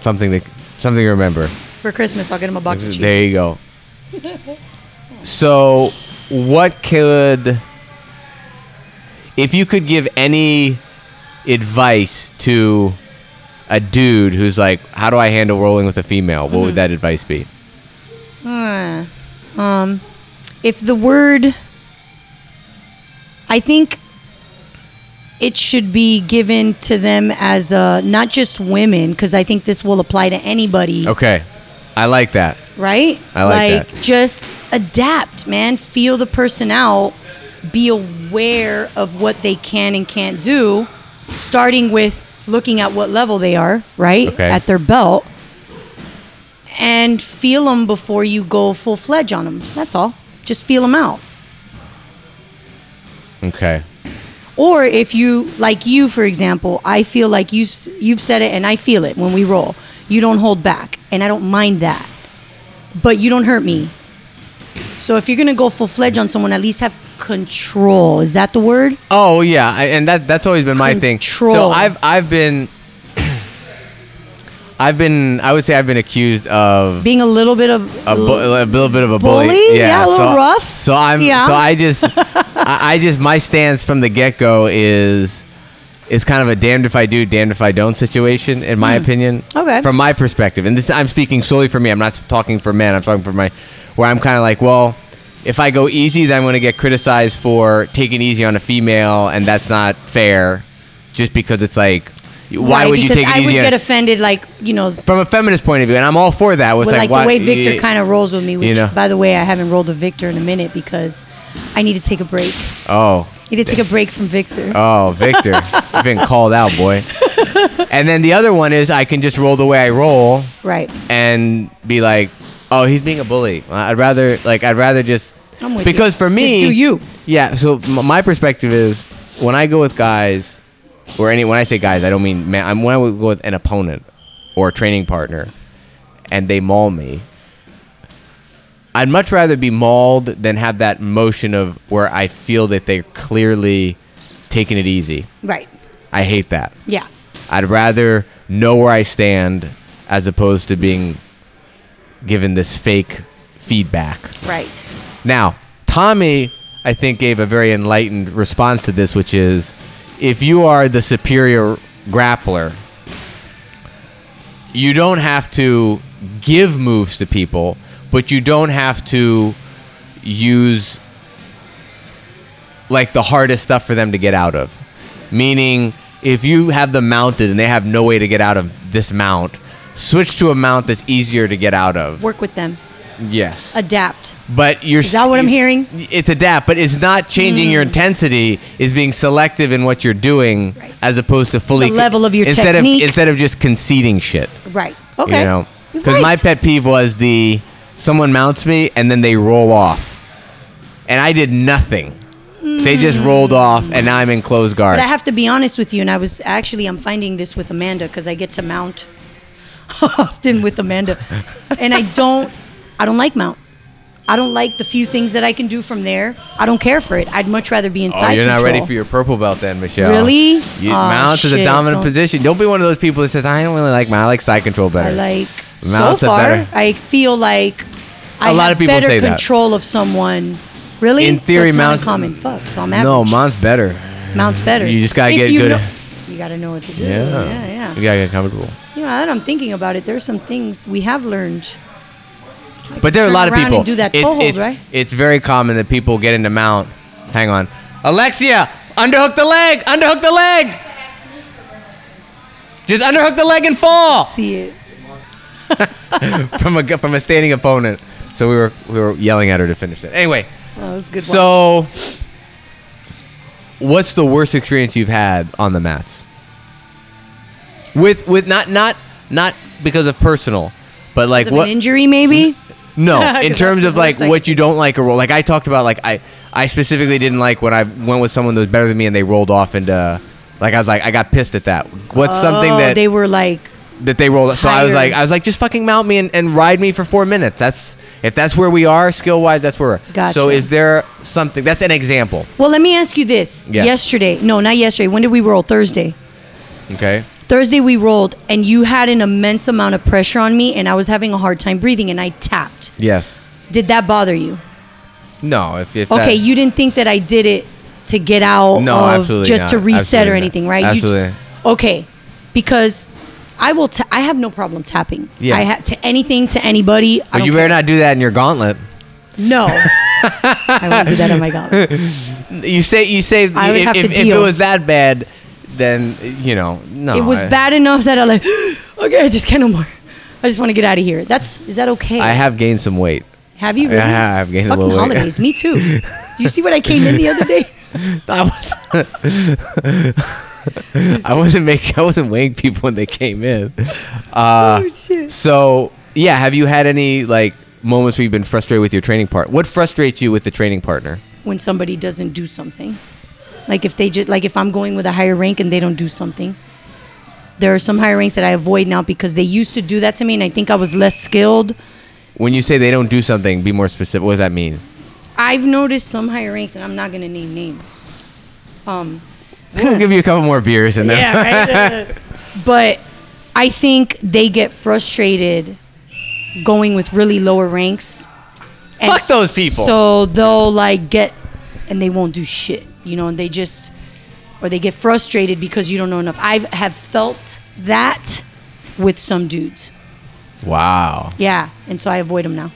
[SPEAKER 2] something that something to remember.
[SPEAKER 1] For Christmas, I'll get him a box of Cheez-Its.
[SPEAKER 2] There you go. so, what could, if you could give any advice to a dude who's like, how do I handle rolling with a female? What would that advice be?
[SPEAKER 1] Uh, um, if the word, I think it should be given to them as uh, not just women, because I think this will apply to anybody,
[SPEAKER 2] Okay. I like that.
[SPEAKER 1] right?
[SPEAKER 2] I like that.
[SPEAKER 1] just adapt, man. Feel the person out. Be aware of what they can and can't do, starting with looking at what level they are, right?
[SPEAKER 2] Okay.
[SPEAKER 1] At their belt. And feel them before you go full fledged on them. That's all. Just feel them out.
[SPEAKER 2] Okay.
[SPEAKER 1] Or if you, like you, for example, I feel like you, s- you've said it and I feel it when we roll. You don't hold back, and I don't mind that. But you don't hurt me. So if you're gonna go full fledged on someone, at least have control. Is that the word?
[SPEAKER 2] Oh yeah, I, and that that's always been my thing. So
[SPEAKER 1] Control.
[SPEAKER 2] I've I've been I've been, I would say, I've been accused of
[SPEAKER 1] Being a little bit of
[SPEAKER 2] a, bu- a little bit of a bully.
[SPEAKER 1] Bully? Yeah, a little
[SPEAKER 2] so,
[SPEAKER 1] rough?
[SPEAKER 2] So I'm.
[SPEAKER 1] Yeah.
[SPEAKER 2] So I just. I, I just my stance from the get go is, is kind of a damned if I do, damned if I don't situation in my opinion.
[SPEAKER 1] Hmm. Okay.
[SPEAKER 2] From my perspective, and this I'm speaking solely for me. I'm not talking for men. I'm talking for my, where I'm kind of like, well, if I go easy, then I'm going to get criticized for taking easy on a female, and that's not fair, just because it's like. Why
[SPEAKER 1] Right,
[SPEAKER 2] would you
[SPEAKER 1] because
[SPEAKER 2] take it
[SPEAKER 1] I
[SPEAKER 2] easy?
[SPEAKER 1] would
[SPEAKER 2] on-
[SPEAKER 1] get offended, like you know,
[SPEAKER 2] from a feminist point of view, and I'm all for that. Was
[SPEAKER 1] with
[SPEAKER 2] like,
[SPEAKER 1] like,
[SPEAKER 2] why-
[SPEAKER 1] the way Victor
[SPEAKER 2] y-
[SPEAKER 1] kind of rolls with me. Which,
[SPEAKER 2] know.
[SPEAKER 1] by the way, I haven't rolled a Victor in a minute because I need to take a break.
[SPEAKER 2] Oh,
[SPEAKER 1] I need to take a break from Victor.
[SPEAKER 2] oh, Victor, you've been called out, boy. And then the other one is I can just roll the way I roll
[SPEAKER 1] right.
[SPEAKER 2] and be like, oh, he's being a bully. I'd rather like I'd rather just
[SPEAKER 1] I'm with
[SPEAKER 2] because
[SPEAKER 1] you.
[SPEAKER 2] for me,
[SPEAKER 1] Just do you.
[SPEAKER 2] Yeah. So m- my perspective is when I go with guys, or any when I say guys, I don't mean man. I'm when I would go with an opponent or a training partner, and they maul me. I'd much rather be mauled than have that motion of where I feel that they're clearly taking it easy.
[SPEAKER 1] Right.
[SPEAKER 2] I hate that.
[SPEAKER 1] Yeah.
[SPEAKER 2] I'd rather know where I stand as opposed to being given this fake feedback.
[SPEAKER 1] Right.
[SPEAKER 2] Now, Tommy, I think, gave a very enlightened response to this, which is if you are the superior grappler, you don't have to give moves to people, but you don't have to use like the hardest stuff for them to get out of. Meaning, if you have them mounted and they have no way to get out of this mount, switch to a mount that's easier to get out of.
[SPEAKER 1] Work with them.
[SPEAKER 2] Yes.
[SPEAKER 1] Adapt.
[SPEAKER 2] But you're
[SPEAKER 1] Is that what I'm hearing? Mm.
[SPEAKER 2] It's adapt, but it's not changing your intensity. Is being selective in what you're doing
[SPEAKER 1] Right.
[SPEAKER 2] as opposed to fully
[SPEAKER 1] The level of your
[SPEAKER 2] instead
[SPEAKER 1] technique.
[SPEAKER 2] of instead of just conceding shit.
[SPEAKER 1] Right. Okay.
[SPEAKER 2] You know,
[SPEAKER 1] You're
[SPEAKER 2] because my
[SPEAKER 1] right.
[SPEAKER 2] pet peeve was the someone mounts me and then they roll off, and I did nothing. They just rolled off, and now I'm in closed guard.
[SPEAKER 1] Mm. But I have to be honest with you, and I was actually I'm finding this with Amanda because I get to mount often with Amanda, and I don't I don't like mount. I don't like the few things that I can do from there. I don't care for it. I'd much rather be
[SPEAKER 2] Oh,
[SPEAKER 1] inside.
[SPEAKER 2] you're not ready
[SPEAKER 1] control.
[SPEAKER 2] for your purple belt then, Michelle.
[SPEAKER 1] Really?
[SPEAKER 2] You,
[SPEAKER 1] Aw,
[SPEAKER 2] mount is a
[SPEAKER 1] shit, don't-
[SPEAKER 2] dominant position. Don't be one of those people that says, I don't really like mount. I like side control better.
[SPEAKER 1] I like
[SPEAKER 2] Mounts
[SPEAKER 1] so
[SPEAKER 2] are
[SPEAKER 1] far.
[SPEAKER 2] better.
[SPEAKER 1] I feel like I
[SPEAKER 2] A lot
[SPEAKER 1] have
[SPEAKER 2] of people
[SPEAKER 1] better
[SPEAKER 2] say that.
[SPEAKER 1] control of someone. Really?
[SPEAKER 2] In theory,
[SPEAKER 1] so it's
[SPEAKER 2] mounts-
[SPEAKER 1] not uncommon. Fuck. So I'm
[SPEAKER 2] No,
[SPEAKER 1] average.
[SPEAKER 2] mine's better.
[SPEAKER 1] mounts better.
[SPEAKER 2] You just gotta
[SPEAKER 1] If
[SPEAKER 2] get
[SPEAKER 1] you
[SPEAKER 2] good-
[SPEAKER 1] know- you gotta know what to do.
[SPEAKER 2] Yeah.
[SPEAKER 1] Yeah. Yeah.
[SPEAKER 2] You gotta get comfortable.
[SPEAKER 1] You know, now that I'm thinking about it, there's some things we have learned.
[SPEAKER 2] But there are a
[SPEAKER 1] turn
[SPEAKER 2] lot of
[SPEAKER 1] around and
[SPEAKER 2] people.
[SPEAKER 1] do that
[SPEAKER 2] it's,
[SPEAKER 1] toehold,
[SPEAKER 2] it's-
[SPEAKER 1] right?
[SPEAKER 2] It's very common that people get into mount. Hang on. Alexia, underhook the leg. Underhook the leg. Just underhook the leg and fall
[SPEAKER 1] See it.
[SPEAKER 2] from a from a standing opponent. So we were we were yelling at her to finish it. Anyway,
[SPEAKER 1] That was a good. one.
[SPEAKER 2] so what's the worst experience you've had on the mats? With with not not not because of personal, but like
[SPEAKER 1] Because of
[SPEAKER 2] what
[SPEAKER 1] an injury, maybe?
[SPEAKER 2] No,
[SPEAKER 1] 'Cause
[SPEAKER 2] in
[SPEAKER 1] that's
[SPEAKER 2] terms
[SPEAKER 1] the
[SPEAKER 2] of like
[SPEAKER 1] worst thing.
[SPEAKER 2] what you don't like a roll. Like I talked about, like I I specifically didn't like when I went with someone that was better than me and they rolled off into. Like I was like I got pissed at that. What's something
[SPEAKER 1] oh,
[SPEAKER 2] that
[SPEAKER 1] they were like,
[SPEAKER 2] that they rolled? So I was
[SPEAKER 1] higher.
[SPEAKER 2] like I was like just fucking mount me and, and ride me for four minutes. That's if that's where we are skill wise. That's where.
[SPEAKER 1] Gotcha.
[SPEAKER 2] So is there something that's an example?
[SPEAKER 1] well, let me ask you this.
[SPEAKER 2] Yeah.
[SPEAKER 1] Yesterday, no, not yesterday. When did we roll? Thursday.
[SPEAKER 2] Okay.
[SPEAKER 1] Thursday we rolled, and you had an immense amount of pressure on me, and I was having a hard time breathing, and I tapped.
[SPEAKER 2] Yes.
[SPEAKER 1] Did that bother you?
[SPEAKER 2] No. If, if
[SPEAKER 1] Okay,
[SPEAKER 2] that-
[SPEAKER 1] you didn't think that I did it to get out
[SPEAKER 2] No,
[SPEAKER 1] of
[SPEAKER 2] absolutely
[SPEAKER 1] just to
[SPEAKER 2] not.
[SPEAKER 1] reset
[SPEAKER 2] Absolutely
[SPEAKER 1] or
[SPEAKER 2] not.
[SPEAKER 1] anything, right? You
[SPEAKER 2] Absolutely.
[SPEAKER 1] just- okay, because I will. Ta- I have no problem tapping.
[SPEAKER 2] Yeah.
[SPEAKER 1] I ha- to anything to anybody. I
[SPEAKER 2] But
[SPEAKER 1] don't
[SPEAKER 2] you
[SPEAKER 1] care.
[SPEAKER 2] better not do that in your gauntlet.
[SPEAKER 1] No, I won't do that on my gauntlet.
[SPEAKER 2] You say you say
[SPEAKER 1] I would
[SPEAKER 2] if,
[SPEAKER 1] have to
[SPEAKER 2] if, if it
[SPEAKER 1] deal.
[SPEAKER 2] was that bad, then you know no.
[SPEAKER 1] it was
[SPEAKER 2] I-
[SPEAKER 1] bad enough that I like. Okay, I just can't no more. I just want to get out of here. That's is that okay?
[SPEAKER 2] I have gained some weight.
[SPEAKER 1] Have you?
[SPEAKER 2] I
[SPEAKER 1] Really?
[SPEAKER 2] have gained a
[SPEAKER 1] Fucking
[SPEAKER 2] little weight.
[SPEAKER 1] holidays. Me too. You see what I came in the other day?
[SPEAKER 2] I was I wasn't making I wasn't weighing people when they came in. Uh,
[SPEAKER 1] Oh shit.
[SPEAKER 2] so yeah, have you had any like moments where you've been frustrated with your training partner? What frustrates you with the training partner?
[SPEAKER 1] When somebody doesn't do something, like if they just like if I'm going with a higher rank and they don't do something, there are some higher ranks that I avoid now because they used to do that to me, and I think I was less skilled.
[SPEAKER 2] When you say they don't do something, be more specific. What does that mean?
[SPEAKER 1] I've noticed some higher ranks, and I'm not gonna name names. Um,
[SPEAKER 2] We'll give you a couple more beers and then
[SPEAKER 1] Yeah, right? but I think they get frustrated going with really lower ranks.
[SPEAKER 2] Fuck those people.
[SPEAKER 1] So they'll like get and they won't do shit, you know, and they just or they get frustrated because you don't know enough. I have felt that with some dudes.
[SPEAKER 2] Wow.
[SPEAKER 1] Yeah, and so I avoid them now.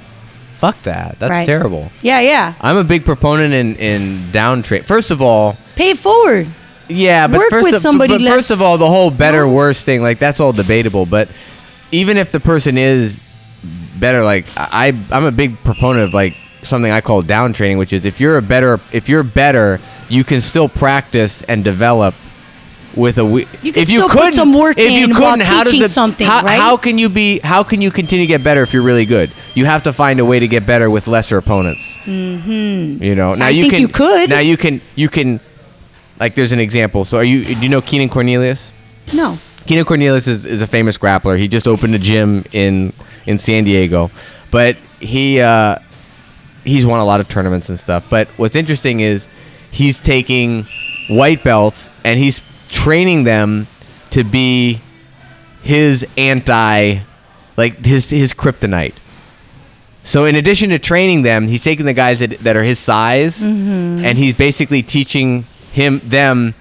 [SPEAKER 2] Fuck that. That's
[SPEAKER 1] Right.
[SPEAKER 2] terrible.
[SPEAKER 1] Yeah, yeah.
[SPEAKER 2] I'm a big proponent in in down trade. First of all,
[SPEAKER 1] Pay it forward.
[SPEAKER 2] yeah, but
[SPEAKER 1] Work
[SPEAKER 2] first
[SPEAKER 1] with
[SPEAKER 2] of,
[SPEAKER 1] somebody
[SPEAKER 2] But
[SPEAKER 1] less-
[SPEAKER 2] first of all, the whole better worse thing, like that's all debatable. But even if the person is better, like I, I'm a big proponent of like something I call down training, which is if you're a better, if you're better, you can still practice and develop. With a we-
[SPEAKER 1] You can
[SPEAKER 2] if you
[SPEAKER 1] still put
[SPEAKER 2] couldn't,
[SPEAKER 1] some work
[SPEAKER 2] if you
[SPEAKER 1] in while
[SPEAKER 2] couldn't, how does
[SPEAKER 1] teaching
[SPEAKER 2] the,
[SPEAKER 1] something,
[SPEAKER 2] how,
[SPEAKER 1] right?
[SPEAKER 2] how can you be? How can you continue to get better if you're really good? You have to find a way to get better with lesser opponents. Mm-hmm. You know, now
[SPEAKER 1] I
[SPEAKER 2] you
[SPEAKER 1] think
[SPEAKER 2] can
[SPEAKER 1] you could.
[SPEAKER 2] now you can you can like there's an example. So are you do you know Keenan Cornelius?
[SPEAKER 1] No.
[SPEAKER 2] Keenan Cornelius is, is a famous grappler. He just opened a gym in in San Diego, but he uh, he's won a lot of tournaments and stuff. But what's interesting is he's taking white belts and he's training them to be his anti, like his his kryptonite. So in addition to training them, he's taking the guys that, that are his size,
[SPEAKER 1] Mm-hmm.
[SPEAKER 2] and he's basically teaching him them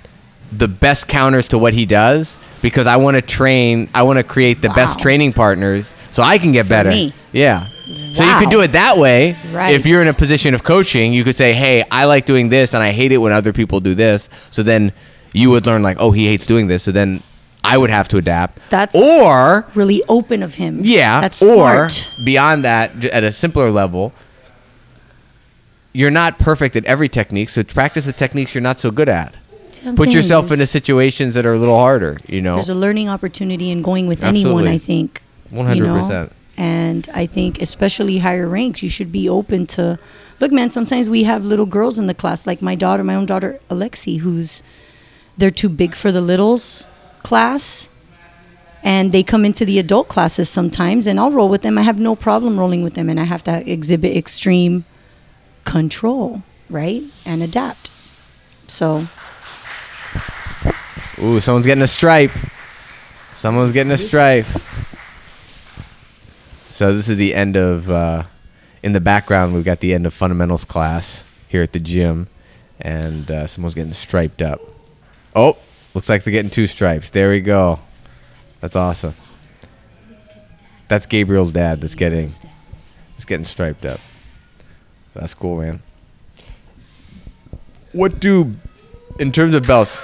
[SPEAKER 2] the best counters to what he does because I want to train, I want to create the best
[SPEAKER 1] Wow.
[SPEAKER 2] training partners so I can get better.
[SPEAKER 1] me.
[SPEAKER 2] Yeah. So you
[SPEAKER 1] Wow.
[SPEAKER 2] could do it that way.
[SPEAKER 1] Right.
[SPEAKER 2] If you're in a position of coaching, you could say, "Hey, I like doing this, and I hate it when other people do this." So then you would learn, like, "Oh, he hates doing this." So then I would have to adapt.
[SPEAKER 1] That's-
[SPEAKER 2] or
[SPEAKER 1] Really open of him.
[SPEAKER 2] yeah,
[SPEAKER 1] That's
[SPEAKER 2] or
[SPEAKER 1] smart.
[SPEAKER 2] beyond that, j- at a simpler level, you're not perfect at every technique, so practice the techniques you're not so good at.
[SPEAKER 1] See what I'm
[SPEAKER 2] Put
[SPEAKER 1] saying?
[SPEAKER 2] yourself into
[SPEAKER 1] There's-
[SPEAKER 2] situations that are a little harder. You know,
[SPEAKER 1] There's a learning opportunity in going with anyone,
[SPEAKER 2] Absolutely.
[SPEAKER 1] I think. you know?
[SPEAKER 2] 100%.
[SPEAKER 1] And I think, especially higher ranks, you should be open to. Look, man, sometimes we have little girls in the class, like my daughter, my own daughter, Alexi, who's. They're too big for the littles class. And they come into the adult classes sometimes, and I'll roll with them. I have no problem rolling with them, and I have to exhibit extreme control, right? And adapt. So
[SPEAKER 2] ooh, someone's getting a stripe. Someone's getting a stripe. So this is the end of. Uh, in the background, we've got the end of fundamentals class here at the gym, and uh, someone's getting striped up. Oh, looks like they're getting two stripes. There we go. That's awesome. That's Gabriel's dad. That's getting, that's getting striped up. That's cool, man. What do, in terms of belts?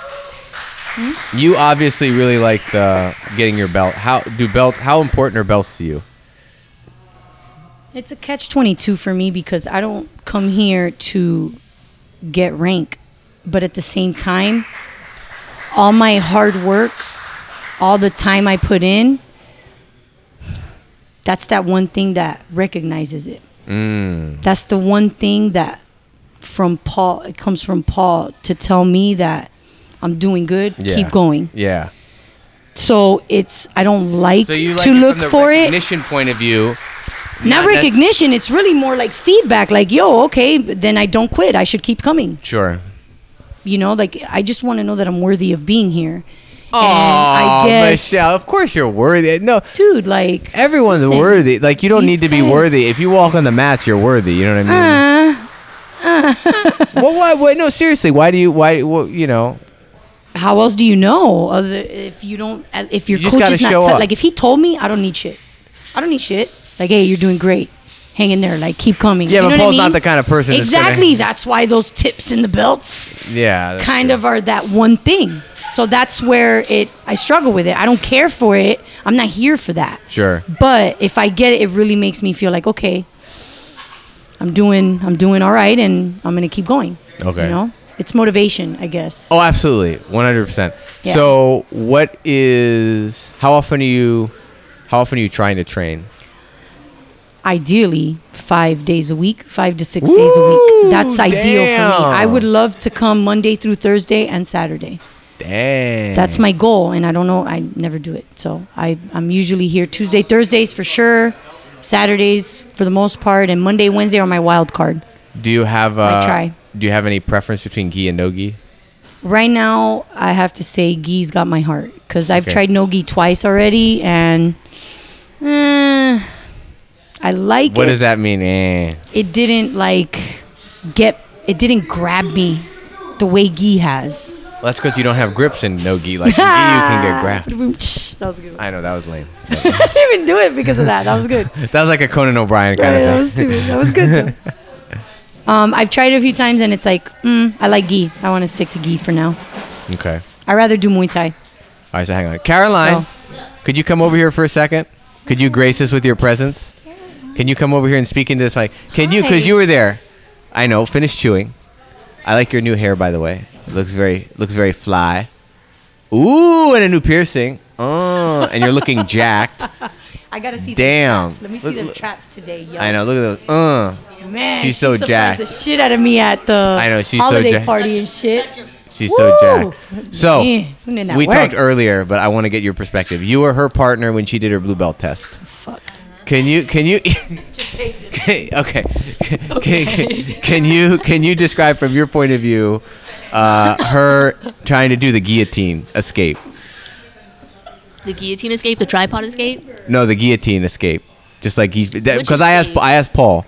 [SPEAKER 2] You obviously really like the getting your belt. How do belt? How important are belts to you?
[SPEAKER 1] It's a catch 22 for me because I don't come here to get rank, but at the same time, all my hard work, all the time I put in, that's that one thing that recognizes it.
[SPEAKER 2] Mm.
[SPEAKER 1] That's the one thing that from Paul, it comes from Paul to tell me that I'm doing good, keep going.
[SPEAKER 2] Yeah.
[SPEAKER 1] So it's, I don't like,
[SPEAKER 2] So you like
[SPEAKER 1] to
[SPEAKER 2] it
[SPEAKER 1] look
[SPEAKER 2] from the
[SPEAKER 1] for it
[SPEAKER 2] recognition point of view.
[SPEAKER 1] not
[SPEAKER 2] Not that-
[SPEAKER 1] recognition it's really more like feedback like yo okay then i don't quit i should keep coming
[SPEAKER 2] Sure.
[SPEAKER 1] you know like i just want to know that i'm worthy of being here
[SPEAKER 2] Oh,
[SPEAKER 1] and i guess
[SPEAKER 2] Michelle, of course you're worthy. No,
[SPEAKER 1] dude like
[SPEAKER 2] everyone's
[SPEAKER 1] listen,
[SPEAKER 2] worthy. Like you don't
[SPEAKER 1] these
[SPEAKER 2] need to be
[SPEAKER 1] guys-
[SPEAKER 2] worthy. If you walk on the mats, you're worthy. You know what I mean?
[SPEAKER 1] uh,
[SPEAKER 2] well, why, why? No, seriously. Why do you? Why? Well, you know?
[SPEAKER 1] how else do you know other if you don't if your
[SPEAKER 2] You just
[SPEAKER 1] coach
[SPEAKER 2] gotta
[SPEAKER 1] is not
[SPEAKER 2] show
[SPEAKER 1] tou-
[SPEAKER 2] up.
[SPEAKER 1] like if he told me i don't need shit i don't need shit like hey you're doing great hang in there like keep coming
[SPEAKER 2] Yeah,
[SPEAKER 1] You
[SPEAKER 2] but
[SPEAKER 1] know what I
[SPEAKER 2] Paul's not
[SPEAKER 1] mean?
[SPEAKER 2] the kind of person that's gonna-
[SPEAKER 1] exactly that's why those tips in the belts
[SPEAKER 2] Yeah. that's
[SPEAKER 1] kind
[SPEAKER 2] true.
[SPEAKER 1] of are that one thing. So that's where it I struggle with it. I don't care for it. I'm not here for that.
[SPEAKER 2] Sure.
[SPEAKER 1] But if I get it, it really makes me feel like okay, I'm doing I'm doing all right, and I'm gonna keep going.
[SPEAKER 2] Okay.
[SPEAKER 1] You know, it's motivation, I guess.
[SPEAKER 2] Oh, absolutely, one hundred percent.
[SPEAKER 1] Yeah.
[SPEAKER 2] So, what is? How often are you? How often are you trying to train?
[SPEAKER 1] Ideally, five days a week, five to six days a week. That's
[SPEAKER 2] Woo,
[SPEAKER 1] ideal for me. I
[SPEAKER 2] damn.
[SPEAKER 1] would love to come Monday through Thursday and Saturday.
[SPEAKER 2] Dang.
[SPEAKER 1] That's my goal, and I don't know. I never do it, so I I'm usually here Tuesday, Thursdays for sure, Saturdays for the most part, and Monday, Wednesday are my wild card.
[SPEAKER 2] Do you have? Uh,
[SPEAKER 1] try.
[SPEAKER 2] Do you have any preference between gi and no gi?
[SPEAKER 1] right now I have to say ghee's got my heart because I've
[SPEAKER 2] Okay.
[SPEAKER 1] tried no ghee twice already, and eh, I like
[SPEAKER 2] What
[SPEAKER 1] it.
[SPEAKER 2] does that mean? Eh.
[SPEAKER 1] It didn't like get. It didn't grab me the way ghee has.
[SPEAKER 2] Well, that's because you don't have grips in no gi. Like in gi, you can get grabbed.
[SPEAKER 1] that was a good. One.
[SPEAKER 2] I know that was lame.
[SPEAKER 1] I didn't even do it because of that. That was good.
[SPEAKER 2] That was like a Conan O'Brien kind
[SPEAKER 1] Yeah, that
[SPEAKER 2] of
[SPEAKER 1] was
[SPEAKER 2] thing.
[SPEAKER 1] stupid. That was good though. um, I've tried it a few times and it's like, mm, I like gi. I want to stick to gi for now.
[SPEAKER 2] okay.
[SPEAKER 1] I
[SPEAKER 2] All
[SPEAKER 1] rather do Muay Thai.
[SPEAKER 2] right, so hang on, Caroline. Could you come over here for a second? Could you grace us with your presence? Can you come over here and speak into this mic? Can you? Because you were there. I know. Finish chewing. I like your new hair, by the way. It looks very looks very fly. Ooh, and a new piercing. Oh, and you're looking jacked.
[SPEAKER 1] I gotta see.
[SPEAKER 2] them Damn. traps.
[SPEAKER 1] Let me see them traps today, yo.
[SPEAKER 2] I know. Look at those. Uh,
[SPEAKER 1] Man,
[SPEAKER 2] She's she so surprised jacked.
[SPEAKER 1] The
[SPEAKER 2] the
[SPEAKER 1] shit out of me at the
[SPEAKER 2] I know, she's so
[SPEAKER 1] holiday
[SPEAKER 2] holiday jacked.
[SPEAKER 1] party and shit.
[SPEAKER 2] she's
[SPEAKER 1] Woo!
[SPEAKER 2] so jacked. So
[SPEAKER 1] Man, isn't that
[SPEAKER 2] we
[SPEAKER 1] work?
[SPEAKER 2] talked earlier, but I want to get your perspective. You were her partner when she did her blue belt test.
[SPEAKER 1] Fuck.
[SPEAKER 2] Can you? Can you? okay. okay. Can, can you? Can you describe from your point of view uh, her trying to do the guillotine escape?
[SPEAKER 6] The guillotine escape, the tripod escape.
[SPEAKER 2] No, the guillotine escape. Just like
[SPEAKER 6] Which
[SPEAKER 2] because I asked,
[SPEAKER 6] escape?
[SPEAKER 2] I asked Paul.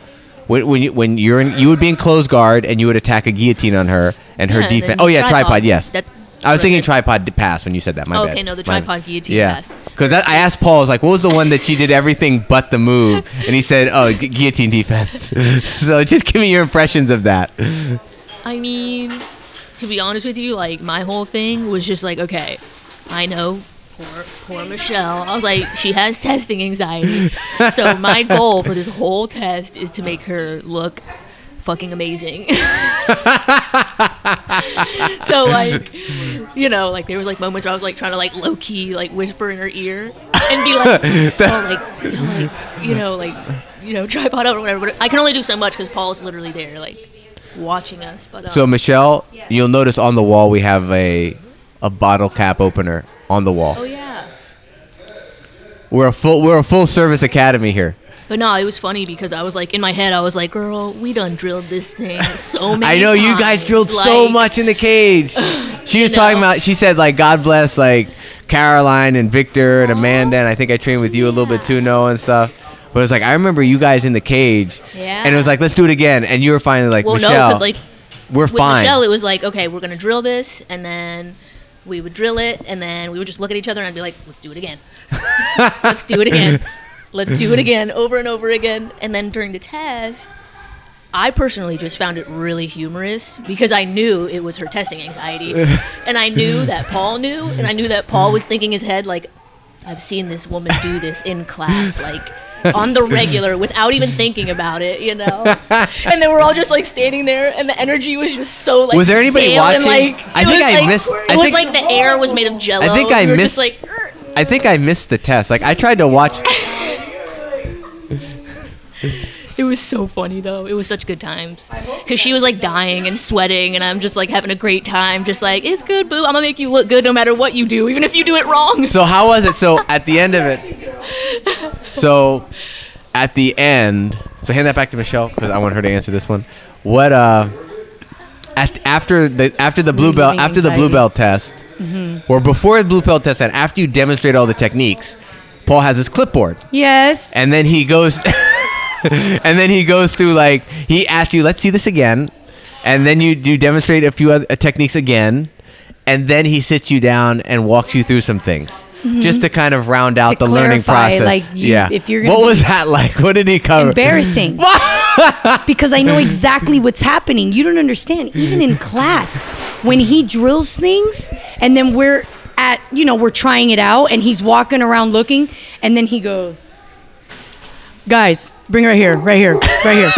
[SPEAKER 2] When, when you when you're in, you would be in closed guard and you would attack a guillotine on her and her
[SPEAKER 6] Yeah, the
[SPEAKER 2] defense. Oh yeah, tripod.
[SPEAKER 6] tripod.
[SPEAKER 2] yes,
[SPEAKER 6] That-
[SPEAKER 2] I was thinking
[SPEAKER 6] that-
[SPEAKER 2] tripod d- pass when you said that. My
[SPEAKER 6] Oh,
[SPEAKER 2] bad.
[SPEAKER 6] okay, no, the
[SPEAKER 2] My-
[SPEAKER 6] tripod guillotine
[SPEAKER 2] Yeah,
[SPEAKER 6] pass.
[SPEAKER 2] because I asked Paul, I was like, "What was the one that she did everything but the move?" And he said, "Oh, gu- guillotine defense." so just give me your impressions of that.
[SPEAKER 6] I mean, to be honest with you, like my whole thing was just like, okay, I know poor poor Michelle. I was like, she has testing anxiety. So my goal for this whole test is to make her look fucking amazing. so like, you know, like there was like moments where I was like trying to like low key like whisper in her ear and be like, oh, like, no, like, you know, like, you know, tripod up or whatever. But I can only do so much because Paul's literally there, like watching us. But um,
[SPEAKER 2] So Michelle, you'll notice on the wall we have a a bottle cap opener on the
[SPEAKER 6] Oh
[SPEAKER 2] wall.
[SPEAKER 6] yeah.
[SPEAKER 2] We're a full we're a full service academy here.
[SPEAKER 6] But no, it was funny because I was like in my head I was like, "Girl, we done drilled this thing so many."
[SPEAKER 2] I know you guys
[SPEAKER 6] times."
[SPEAKER 2] drilled so
[SPEAKER 6] Like,
[SPEAKER 2] much in the cage. She was
[SPEAKER 6] know.
[SPEAKER 2] talking about. She said like God bless like Caroline and Victor and Amanda and I think I trained with you a little bit too, no and stuff. But it's like I remember you guys in the cage.
[SPEAKER 6] Yeah.
[SPEAKER 2] And it was like let's do it again, and you were finally like
[SPEAKER 6] Well, no,
[SPEAKER 2] Michelle,
[SPEAKER 6] because like
[SPEAKER 2] we're
[SPEAKER 6] with
[SPEAKER 2] fine.
[SPEAKER 6] Michelle, it was like, "Okay, we're gonna drill this," and then we would drill it, and then we would just look at each other and I'd be like, "Let's do it again. Let's do it again. Let's do it again over and over again." And then during the test. I personally just found it really humorous because I knew it was her testing anxiety. and I knew that Paul knew, and I knew that Paul was thinking in his head, like, I've seen this woman do this in class, like on the regular, without even thinking about it, you know. And then we're all just like standing there, and the energy was just so like.
[SPEAKER 2] Was there anybody
[SPEAKER 6] stale and,
[SPEAKER 2] watching?
[SPEAKER 6] like,
[SPEAKER 2] I
[SPEAKER 6] it
[SPEAKER 2] think
[SPEAKER 6] was,
[SPEAKER 2] I
[SPEAKER 6] like-
[SPEAKER 2] missed-
[SPEAKER 6] It
[SPEAKER 2] I
[SPEAKER 6] was
[SPEAKER 2] think-
[SPEAKER 6] like the air was made of jello.
[SPEAKER 2] I think I
[SPEAKER 6] We were
[SPEAKER 2] missed-
[SPEAKER 6] Just, like,
[SPEAKER 2] I think I missed the test. Like I tried to watch.
[SPEAKER 6] it was so funny though. It was such good times because she was like dying and sweating, and I'm just like having a great time. Just like it's good, boo. I'm gonna make you look good no matter what you do, even if you do it wrong.
[SPEAKER 2] So how was it? So at the end of it, so at the end, so hand that back to Michelle because I want her to answer this one. What uh, at, after the after the blue belt
[SPEAKER 1] Relieving
[SPEAKER 2] after the blue
[SPEAKER 1] anxiety.
[SPEAKER 2] belt test, or before the blue belt test, and after you demonstrate all the techniques, Paul has his clipboard,
[SPEAKER 1] Yes.
[SPEAKER 2] and then he goes, and then he goes through like he asks you, let's see this again, and then you you demonstrate a few other uh, techniques again, and then he sits you down and walks you through some things. Just to kind of round out
[SPEAKER 1] Mm-hmm. To
[SPEAKER 2] the learning
[SPEAKER 1] clarify,
[SPEAKER 2] process.
[SPEAKER 1] like, you-
[SPEAKER 2] yeah.
[SPEAKER 1] if you're gonna
[SPEAKER 2] what
[SPEAKER 1] be-
[SPEAKER 2] was that like? What did he cover?
[SPEAKER 1] embarrassing because I know exactly what's happening. You don't understand. Even in class, when he drills things and then we're at, you know, we're trying it out and he's walking around looking and then he goes, Guys, bring her here, right here, right here.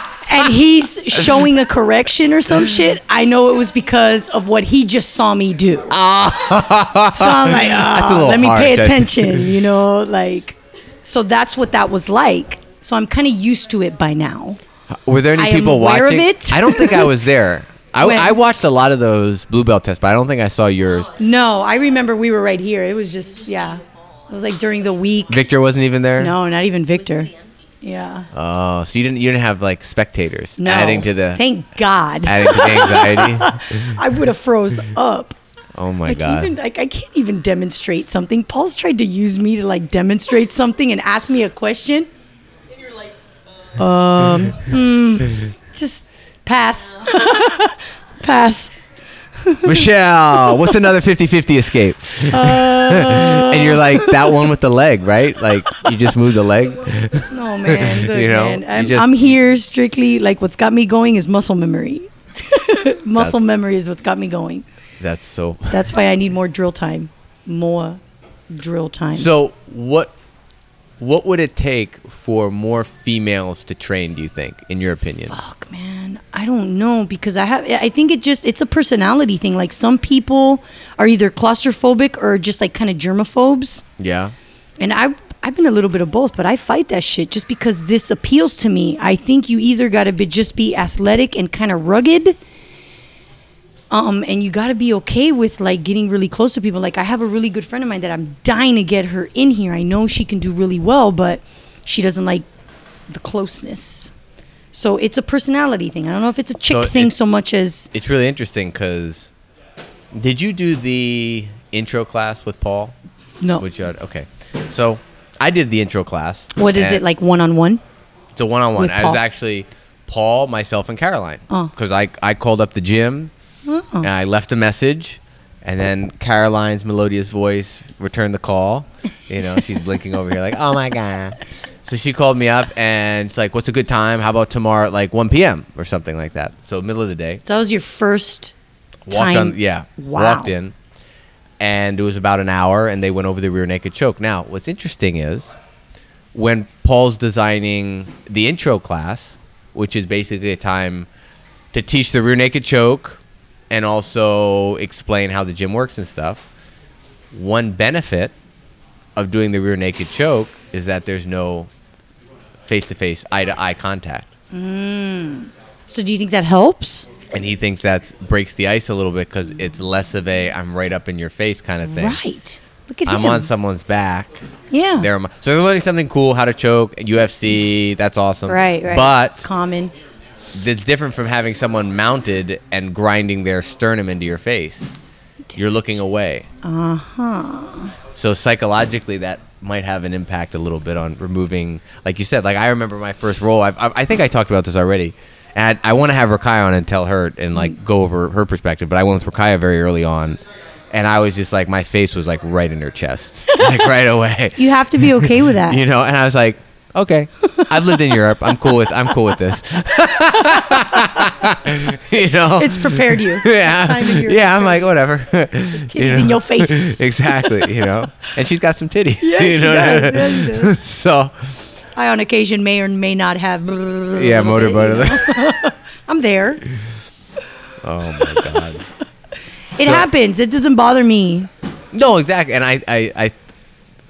[SPEAKER 1] and he's showing a correction or some shit. I know it was because of what he just saw me do. so I'm like, "Ah,
[SPEAKER 2] That's a little
[SPEAKER 1] let me pay
[SPEAKER 2] harsh, I-
[SPEAKER 1] attention, you know, like. So that's what that was like. So I'm kind of used to it by now.
[SPEAKER 2] Were there any
[SPEAKER 1] I am
[SPEAKER 2] people
[SPEAKER 1] aware of
[SPEAKER 2] watching?
[SPEAKER 1] it.
[SPEAKER 2] I don't think I was there. I,
[SPEAKER 1] When?
[SPEAKER 2] I watched a lot of those blue belt tests, but I don't think I saw yours.
[SPEAKER 1] No, I remember we were right here. It was just yeah. It was like during the week.
[SPEAKER 2] Victor wasn't even there.
[SPEAKER 1] No, not even Victor. Yeah.
[SPEAKER 2] Oh, so you didn't you didn't have like spectators
[SPEAKER 1] No.
[SPEAKER 2] adding to the
[SPEAKER 1] Thank God.
[SPEAKER 2] adding to the anxiety.
[SPEAKER 1] I would have froze up.
[SPEAKER 2] Oh my
[SPEAKER 1] like
[SPEAKER 2] god.
[SPEAKER 1] even like I can't even demonstrate something. Paul's tried to use me to like demonstrate something and ask me a question. And you're like, um, hmm, just pass, pass.
[SPEAKER 2] Michelle, what's another 50-50 escape? and you're like that one with the leg, right? Like you just moved the leg.
[SPEAKER 1] No man, look,
[SPEAKER 2] You know,
[SPEAKER 1] man.
[SPEAKER 2] you
[SPEAKER 1] I'm,
[SPEAKER 2] just-
[SPEAKER 1] I'm here strictly like what's got me going is muscle memory. muscle memory is what's got me going.
[SPEAKER 2] That's so.
[SPEAKER 1] That's why I need more drill time, more drill time.
[SPEAKER 2] So what what would it take for more females to train? Do you think, in your opinion?
[SPEAKER 1] Fuck, man. I don't know because I have. I think it just it's a personality thing. Like some people are either claustrophobic or just like kind of germaphobes,
[SPEAKER 2] Yeah.
[SPEAKER 1] and I I've been a little bit of both. But I fight that shit just because this appeals to me. I think you either got to be just be athletic and kind of rugged. Um, and you got to be okay with like getting really close to people. Like I have a really good friend of mine that I'm dying to get her in here. I know she can do really well, but she doesn't like the closeness. So it's a personality thing. I don't know if it's a chick
[SPEAKER 2] So
[SPEAKER 1] thing
[SPEAKER 2] it-
[SPEAKER 1] so much as
[SPEAKER 2] It's really interesting because did you do the intro class with Paul?
[SPEAKER 1] no.
[SPEAKER 2] Which you had, okay. So I did the intro class.
[SPEAKER 1] what is
[SPEAKER 2] and
[SPEAKER 1] it like one on one?
[SPEAKER 2] It's a one on one.
[SPEAKER 1] with
[SPEAKER 2] I was
[SPEAKER 1] Paul?
[SPEAKER 2] actually Paul, myself, and Caroline.
[SPEAKER 1] Oh.
[SPEAKER 2] Because I, I called up the gym and I left a message. And then Caroline's melodious voice returned the call. You know, she's blinking over here like, oh my God. So she called me up and it's like, what's a good time? How about tomorrow at like 1 p.m. or something like that? So, middle of the day.
[SPEAKER 1] So that was your first
[SPEAKER 2] walked
[SPEAKER 1] time.
[SPEAKER 2] on yeah
[SPEAKER 1] Wow.
[SPEAKER 2] walked in and it was about an hour and they went over the rear naked choke now what's interesting is when paul's designing the intro class which is basically a time to teach the rear naked choke and also explain how the gym works and stuff one benefit of doing the rear naked choke is that there's no face-to-face eye-to-eye contact
[SPEAKER 1] So do you think that helps?
[SPEAKER 2] and he thinks that breaks the ice a little bit because it's less of a I'm right up in your face kind of thing.
[SPEAKER 1] Right. Look at
[SPEAKER 2] I'm
[SPEAKER 1] him.
[SPEAKER 2] on someone's back.
[SPEAKER 1] yeah.
[SPEAKER 2] They're on my- so they're learning something cool, how to choke, UFC. That's awesome.
[SPEAKER 1] right. Right. it's
[SPEAKER 2] But
[SPEAKER 1] common.
[SPEAKER 2] it's different from having someone mounted and grinding their sternum into your face. You're looking away. Uh huh. So psychologically, that might have an impact a little bit on removing, like you said. Like I remember my first role. I, I, I think I talked about this already, and I want to have Rakaya on and tell her and like go over her perspective. But I went with Rakaya very early on, and I was just like my face was like right in her chest, like right away.
[SPEAKER 1] You have to be okay with that.
[SPEAKER 2] You know, and I was like, okay, I've lived in Europe. I'm cool with I'm cool with this. you know,
[SPEAKER 1] It's prepared you.
[SPEAKER 2] yeah,
[SPEAKER 1] time in Europe.
[SPEAKER 2] yeah. I'm like whatever. Titties
[SPEAKER 1] Titties in your face.
[SPEAKER 2] exactly. You know, and she's got some titties.
[SPEAKER 1] Yeah,
[SPEAKER 2] you
[SPEAKER 1] she
[SPEAKER 2] know?
[SPEAKER 1] does. Yeah, she does.
[SPEAKER 2] so
[SPEAKER 1] I on occasion may or may not have.
[SPEAKER 2] yeah,
[SPEAKER 1] Yeah,
[SPEAKER 2] motorboat.
[SPEAKER 1] I'm there.
[SPEAKER 2] oh my god.
[SPEAKER 1] It happens. It doesn't bother me.
[SPEAKER 2] No, exactly. And I, I, I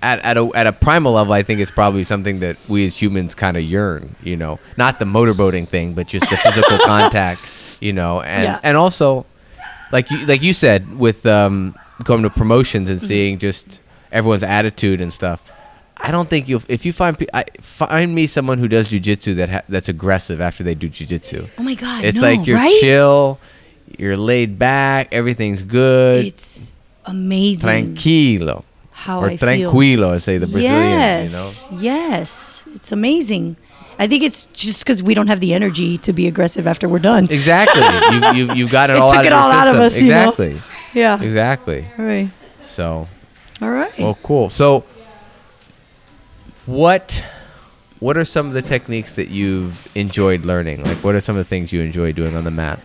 [SPEAKER 2] at, at, a, at a primal level, I think it's probably something that we as humans kind of yearn, you know, not the motorboating thing, but just the physical contact, you know, and,
[SPEAKER 1] Yeah.
[SPEAKER 2] and also like you, like you said, with, um, going to promotions
[SPEAKER 1] Mm-hmm.
[SPEAKER 2] and seeing just everyone's attitude and stuff. I don't think you, if you find, pe- I, find me someone who does jujitsu that ha, that's aggressive after they do jujitsu.
[SPEAKER 1] Oh my god.
[SPEAKER 2] It's
[SPEAKER 1] no,
[SPEAKER 2] like you're
[SPEAKER 1] right?
[SPEAKER 2] chill, you're laid back, everything's good.
[SPEAKER 1] It's amazing.
[SPEAKER 2] tranquilo
[SPEAKER 1] How
[SPEAKER 2] or
[SPEAKER 1] I feel.
[SPEAKER 2] tranquilo I say the Brazilian
[SPEAKER 1] yes, yes, it's amazing. I think it's just because we don't have the energy to be aggressive after we're done.
[SPEAKER 2] you know exactly you, you, you got it,
[SPEAKER 1] It
[SPEAKER 2] all
[SPEAKER 1] took
[SPEAKER 2] out
[SPEAKER 1] it
[SPEAKER 2] of your
[SPEAKER 1] all out of
[SPEAKER 2] system.
[SPEAKER 1] us, you know?
[SPEAKER 2] exactly
[SPEAKER 1] Yeah.
[SPEAKER 2] exactly
[SPEAKER 1] All right.
[SPEAKER 2] so
[SPEAKER 1] All right.
[SPEAKER 2] well cool so what what are some of the techniques that you've enjoyed learning like what are some of the things you enjoy doing on the mat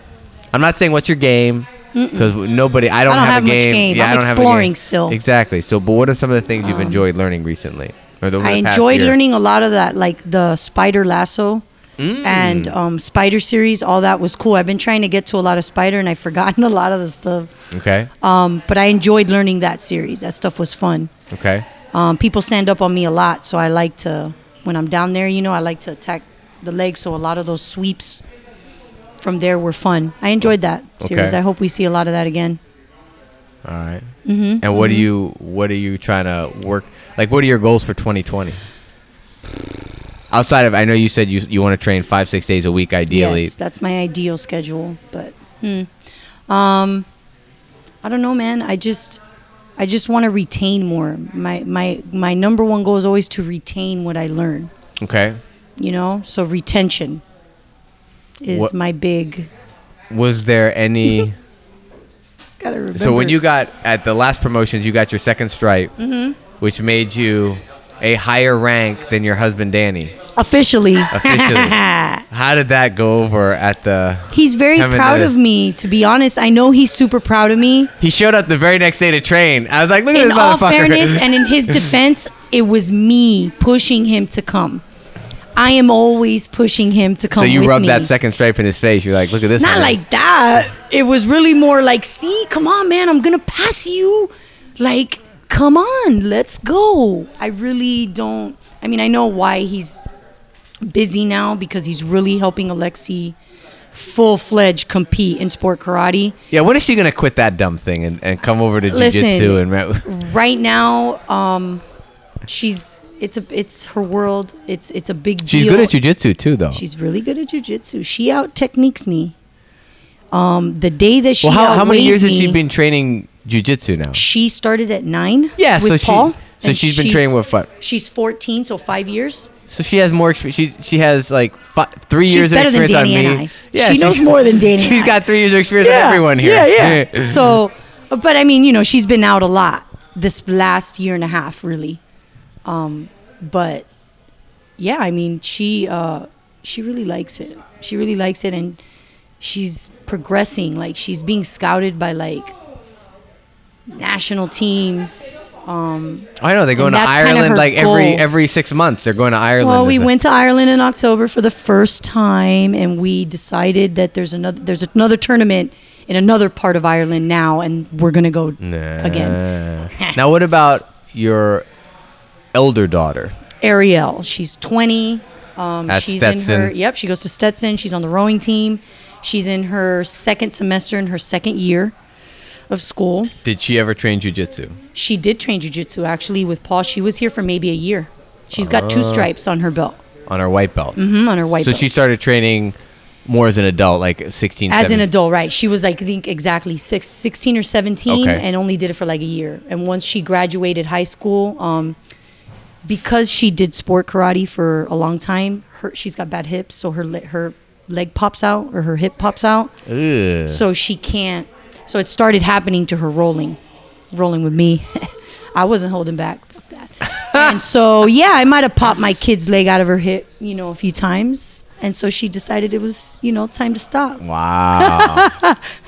[SPEAKER 2] I'm not saying what's your game because nobody I don't,
[SPEAKER 1] don't
[SPEAKER 2] have,
[SPEAKER 1] have
[SPEAKER 2] a
[SPEAKER 1] much
[SPEAKER 2] game,
[SPEAKER 1] game.
[SPEAKER 2] Yeah,
[SPEAKER 1] I'm
[SPEAKER 2] I don't have a game.
[SPEAKER 1] exploring still. Um,
[SPEAKER 2] exactly so but what are some of the things you've enjoyed learning recently or the, over
[SPEAKER 1] I
[SPEAKER 2] the past
[SPEAKER 1] enjoyed
[SPEAKER 2] year?
[SPEAKER 1] learning a lot of that, like the spider lasso
[SPEAKER 2] Mm.
[SPEAKER 1] and um, spider series. All that was cool. I've been trying to get to a lot of spider, and I've forgotten a lot of the stuff.
[SPEAKER 2] okay
[SPEAKER 1] Um, but I enjoyed learning that series. That stuff was fun.
[SPEAKER 2] okay
[SPEAKER 1] Um, people stand up on me a lot, so I like to when I'm down there. You know, I like to attack the leg. So a lot of those sweeps from there were fun. I enjoyed that series.
[SPEAKER 2] Okay.
[SPEAKER 1] I hope we see a lot of that again.
[SPEAKER 2] All right.
[SPEAKER 1] Mm-hmm.
[SPEAKER 2] And what do you what are you trying to work like what are your goals for 2020? outside of I know you said you you want to train five six days a week ideally.
[SPEAKER 1] Yes, that's my ideal schedule. But hmm. um, I don't know, man. I just I just want to retain more. My my my number one goal is always to retain what I learn.
[SPEAKER 2] Okay.
[SPEAKER 1] You know, so retention is
[SPEAKER 2] What-
[SPEAKER 1] my big.
[SPEAKER 2] Was there any?
[SPEAKER 1] Gotta remember.
[SPEAKER 2] so when you got at the last promotions, you got your second stripe,
[SPEAKER 1] Mm-hmm.
[SPEAKER 2] which made you a higher rank than your husband Danny.
[SPEAKER 1] officially,
[SPEAKER 2] Officially. How did that go over at the?
[SPEAKER 1] he's very
[SPEAKER 2] Haven't
[SPEAKER 1] proud
[SPEAKER 2] noticed.
[SPEAKER 1] of me. To be honest, I know he's super proud of me.
[SPEAKER 2] He showed up the very next day to train. I was like, look at
[SPEAKER 1] in
[SPEAKER 2] this
[SPEAKER 1] all
[SPEAKER 2] motherfucker.
[SPEAKER 1] fairness and in his defense, it was me pushing him to come. I am always pushing him to come.
[SPEAKER 2] so you
[SPEAKER 1] with
[SPEAKER 2] rubbed
[SPEAKER 1] me.
[SPEAKER 2] that second stripe in his face. You're like, look at this.
[SPEAKER 1] Not
[SPEAKER 2] nigga.
[SPEAKER 1] like that. It was really more like, see, come on, man, I'm gonna pass you. Like, come on, let's go. I really don't. I mean, I know why he's busy now because he's really helping Alexi full fledged compete in sport karate.
[SPEAKER 2] Yeah, when is she gonna quit that dumb thing and, and come over to
[SPEAKER 1] Listen.
[SPEAKER 2] jujitsu and? Re-
[SPEAKER 1] right now um she's it's a it's her world it's it's a big deal
[SPEAKER 2] She's good at jujitsu too, though.
[SPEAKER 1] she's really good at jujitsu she out techniques me um the day that she
[SPEAKER 2] well, how, how many
[SPEAKER 1] outweighs
[SPEAKER 2] years has she
[SPEAKER 1] me-
[SPEAKER 2] been training jujitsu now?
[SPEAKER 1] she started at nine
[SPEAKER 2] Yeah,
[SPEAKER 1] with
[SPEAKER 2] so she-
[SPEAKER 1] Paul,
[SPEAKER 2] so
[SPEAKER 1] and
[SPEAKER 2] she's been training with what?
[SPEAKER 1] she's 14 so five years
[SPEAKER 2] So she has more. exp- She she has like five, three
[SPEAKER 1] She's
[SPEAKER 2] years of
[SPEAKER 1] better than
[SPEAKER 2] experience
[SPEAKER 1] Danny
[SPEAKER 2] on me.
[SPEAKER 1] and I. She knows more than Danny and
[SPEAKER 2] She's
[SPEAKER 1] I.
[SPEAKER 2] got three years of experience on everyone here.
[SPEAKER 1] Yeah, yeah. so, but I mean, you know, she's been out a lot this last year and a half, really. Um, but yeah, I mean, she uh, she really likes it. She really likes it, and she's progressing. Like she's being scouted by like national teams. Um,
[SPEAKER 2] I know they're going to
[SPEAKER 1] that's kinda
[SPEAKER 2] Ireland
[SPEAKER 1] her
[SPEAKER 2] like every
[SPEAKER 1] goal.
[SPEAKER 2] every six months. They're going to Ireland.
[SPEAKER 1] Well, we
[SPEAKER 2] Is it-
[SPEAKER 1] went to Ireland in October for the first time, and we decided that there's another there's another tournament in another part of Ireland now, and we're gonna go again.
[SPEAKER 2] now, what about your elder daughter?
[SPEAKER 1] Ariel, she's 20. Um,
[SPEAKER 2] At
[SPEAKER 1] she's in her
[SPEAKER 2] Stetson.
[SPEAKER 1] yep. She goes to Stetson. She's on the rowing team. She's in her second semester in her second year of school.
[SPEAKER 2] Did she ever train jujitsu?
[SPEAKER 1] She did train jujitsu actually with Paul. She was here for maybe a year. She's got two stripes on her belt,
[SPEAKER 2] on her white belt?
[SPEAKER 1] mm, on her white
[SPEAKER 2] Oh. So
[SPEAKER 1] belt.
[SPEAKER 2] she started training more as an adult, like 16,
[SPEAKER 1] as an
[SPEAKER 2] 17.
[SPEAKER 1] adult right she was like i think exactly six, 16 or 17
[SPEAKER 2] Okay.
[SPEAKER 1] and only did it for like a year and once she graduated high school um, because she did sport karate for a long time her, she's got bad hips so her, le- her leg pops out or her hip pops out
[SPEAKER 2] Ugh.
[SPEAKER 1] so she can't so it started happening to her rolling rolling with me i wasn't holding back fuck that and so yeah i might have popped my kid's leg out of her hip you know a few times and so she decided it was you know time to stop
[SPEAKER 2] Wow.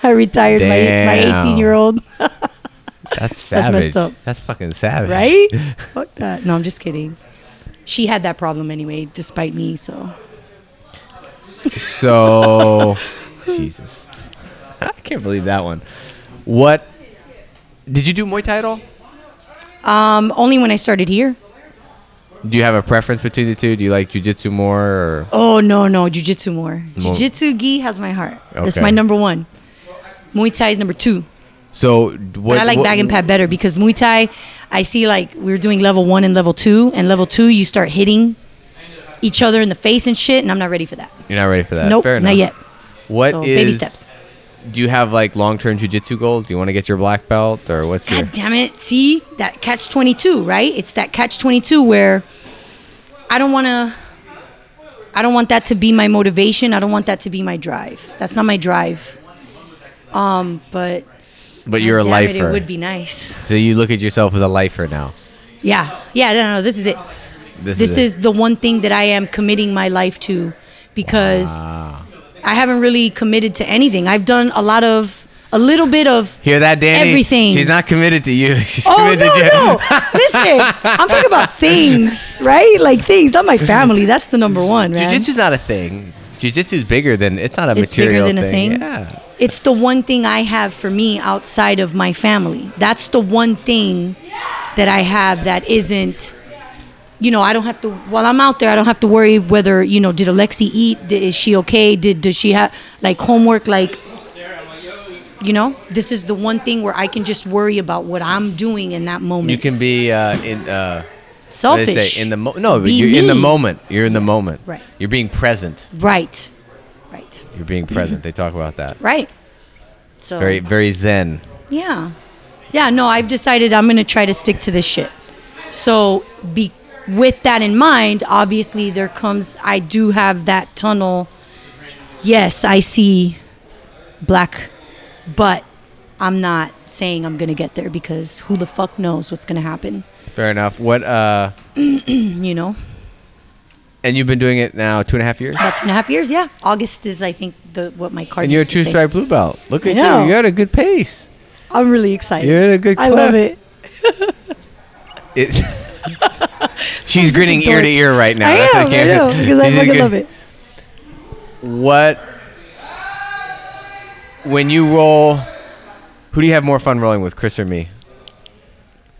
[SPEAKER 1] I retired my my
[SPEAKER 2] Damn.
[SPEAKER 1] 18 year old,
[SPEAKER 2] That's
[SPEAKER 1] That's
[SPEAKER 2] savage.
[SPEAKER 1] messed up.
[SPEAKER 2] That's fucking savage.
[SPEAKER 1] right? Fuck that. No, I'm just kidding. She had that problem anyway, despite me. So
[SPEAKER 2] So, Jesus. I can't believe that one. What? Did you do Muay Thai at all?
[SPEAKER 1] um, only when I started here.
[SPEAKER 2] Do you have a preference between the two? Do you like jujitsu more? Or?
[SPEAKER 1] Oh no no, jujitsu more.
[SPEAKER 2] Mo-
[SPEAKER 1] Jujitsu gi has my heart. That's
[SPEAKER 2] Okay.
[SPEAKER 1] my number one. Muay Thai is number two.
[SPEAKER 2] So, d- what?
[SPEAKER 1] but I like
[SPEAKER 2] what-
[SPEAKER 1] bag and pat better because Muay Thai, I see like we were doing level one and level two, and level two you start hitting each other in the face and shit, and I'm not ready for that.
[SPEAKER 2] You're not ready for that.
[SPEAKER 1] nope,
[SPEAKER 2] Uh, Fair
[SPEAKER 1] not
[SPEAKER 2] enough.
[SPEAKER 1] yet.
[SPEAKER 2] What
[SPEAKER 1] so baby
[SPEAKER 2] is-
[SPEAKER 1] steps.
[SPEAKER 2] Do you have like long-term jujitsu goals? Do you want to get your black belt or what's your?
[SPEAKER 1] God damn it. See, that catch 22, right? It's that catch 22 where I don't want to I don't want that to be my motivation. I don't want that to be my drive. That's not my drive. Um, but
[SPEAKER 2] But you're a
[SPEAKER 1] God damn it,
[SPEAKER 2] lifer.
[SPEAKER 1] it would be nice.
[SPEAKER 2] So you look at yourself as a lifer now.
[SPEAKER 1] Yeah. Yeah, no, no, this is it. This
[SPEAKER 2] it.
[SPEAKER 1] is the one thing that I am committing my life to because
[SPEAKER 2] Ah.
[SPEAKER 1] I haven't really committed to anything. I've done a lot of a little bit of
[SPEAKER 2] Hear that, Danny?
[SPEAKER 1] Everything.
[SPEAKER 2] She's not committed to you. She's
[SPEAKER 1] Oh
[SPEAKER 2] committed
[SPEAKER 1] no,
[SPEAKER 2] to you.
[SPEAKER 1] no! Listen, I'm talking about things, right? Like things, not my family. That's the number one, man.
[SPEAKER 2] Jiu-jitsu's not a thing. Jiu-jitsu's bigger than it's not a
[SPEAKER 1] it's bigger
[SPEAKER 2] material
[SPEAKER 1] than a thing.
[SPEAKER 2] Yeah.
[SPEAKER 1] It's the one thing I have for me outside of my family. That's the one thing that I have that isn't. You know, I don't have to. While I'm out there, I don't have to worry whether you know. Did Alexi eat? Did, is she okay? Did does she have like homework? Like, you know, this is the one thing where I can just worry about what I'm doing in that moment.
[SPEAKER 2] You can be uh, in uh, What do they say?
[SPEAKER 1] Selfish.
[SPEAKER 2] In the mo- no, but
[SPEAKER 1] Be
[SPEAKER 2] you're in the
[SPEAKER 1] me.
[SPEAKER 2] moment. You're in the moment.
[SPEAKER 1] right.
[SPEAKER 2] You're being present.
[SPEAKER 1] Right. Right.
[SPEAKER 2] You're being present. they talk about that.
[SPEAKER 1] Right. So
[SPEAKER 2] Very very zen.
[SPEAKER 1] Yeah. Yeah, no, I've decided I'm going to try to stick to this shit. So, be with that in mind, obviously there comes I do have that tunnel. Yes, I see black, but I'm not saying I'm going to get there because who the fuck knows what's going to happen,
[SPEAKER 2] Fair enough. What uh
[SPEAKER 1] you know?
[SPEAKER 2] and you've been doing it now two and a half years?
[SPEAKER 1] About two and a half years, yeah. August is I think the what my card
[SPEAKER 2] And you're a
[SPEAKER 1] used to
[SPEAKER 2] two
[SPEAKER 1] say.
[SPEAKER 2] stripe blue belt. Look
[SPEAKER 1] I
[SPEAKER 2] at
[SPEAKER 1] know.
[SPEAKER 2] you. You're at a good pace.
[SPEAKER 1] I'm really excited.
[SPEAKER 2] You're in a good
[SPEAKER 1] I love
[SPEAKER 2] club.
[SPEAKER 1] it.
[SPEAKER 2] It- She's grinning ear
[SPEAKER 1] dork.
[SPEAKER 2] to ear right now.
[SPEAKER 1] I
[SPEAKER 2] That's
[SPEAKER 1] am,
[SPEAKER 2] what
[SPEAKER 1] I
[SPEAKER 2] came-
[SPEAKER 1] know, because I
[SPEAKER 2] She's a
[SPEAKER 1] fucking
[SPEAKER 2] good-
[SPEAKER 1] love it.
[SPEAKER 2] What when you roll who do you have more fun rolling with, Chris or me?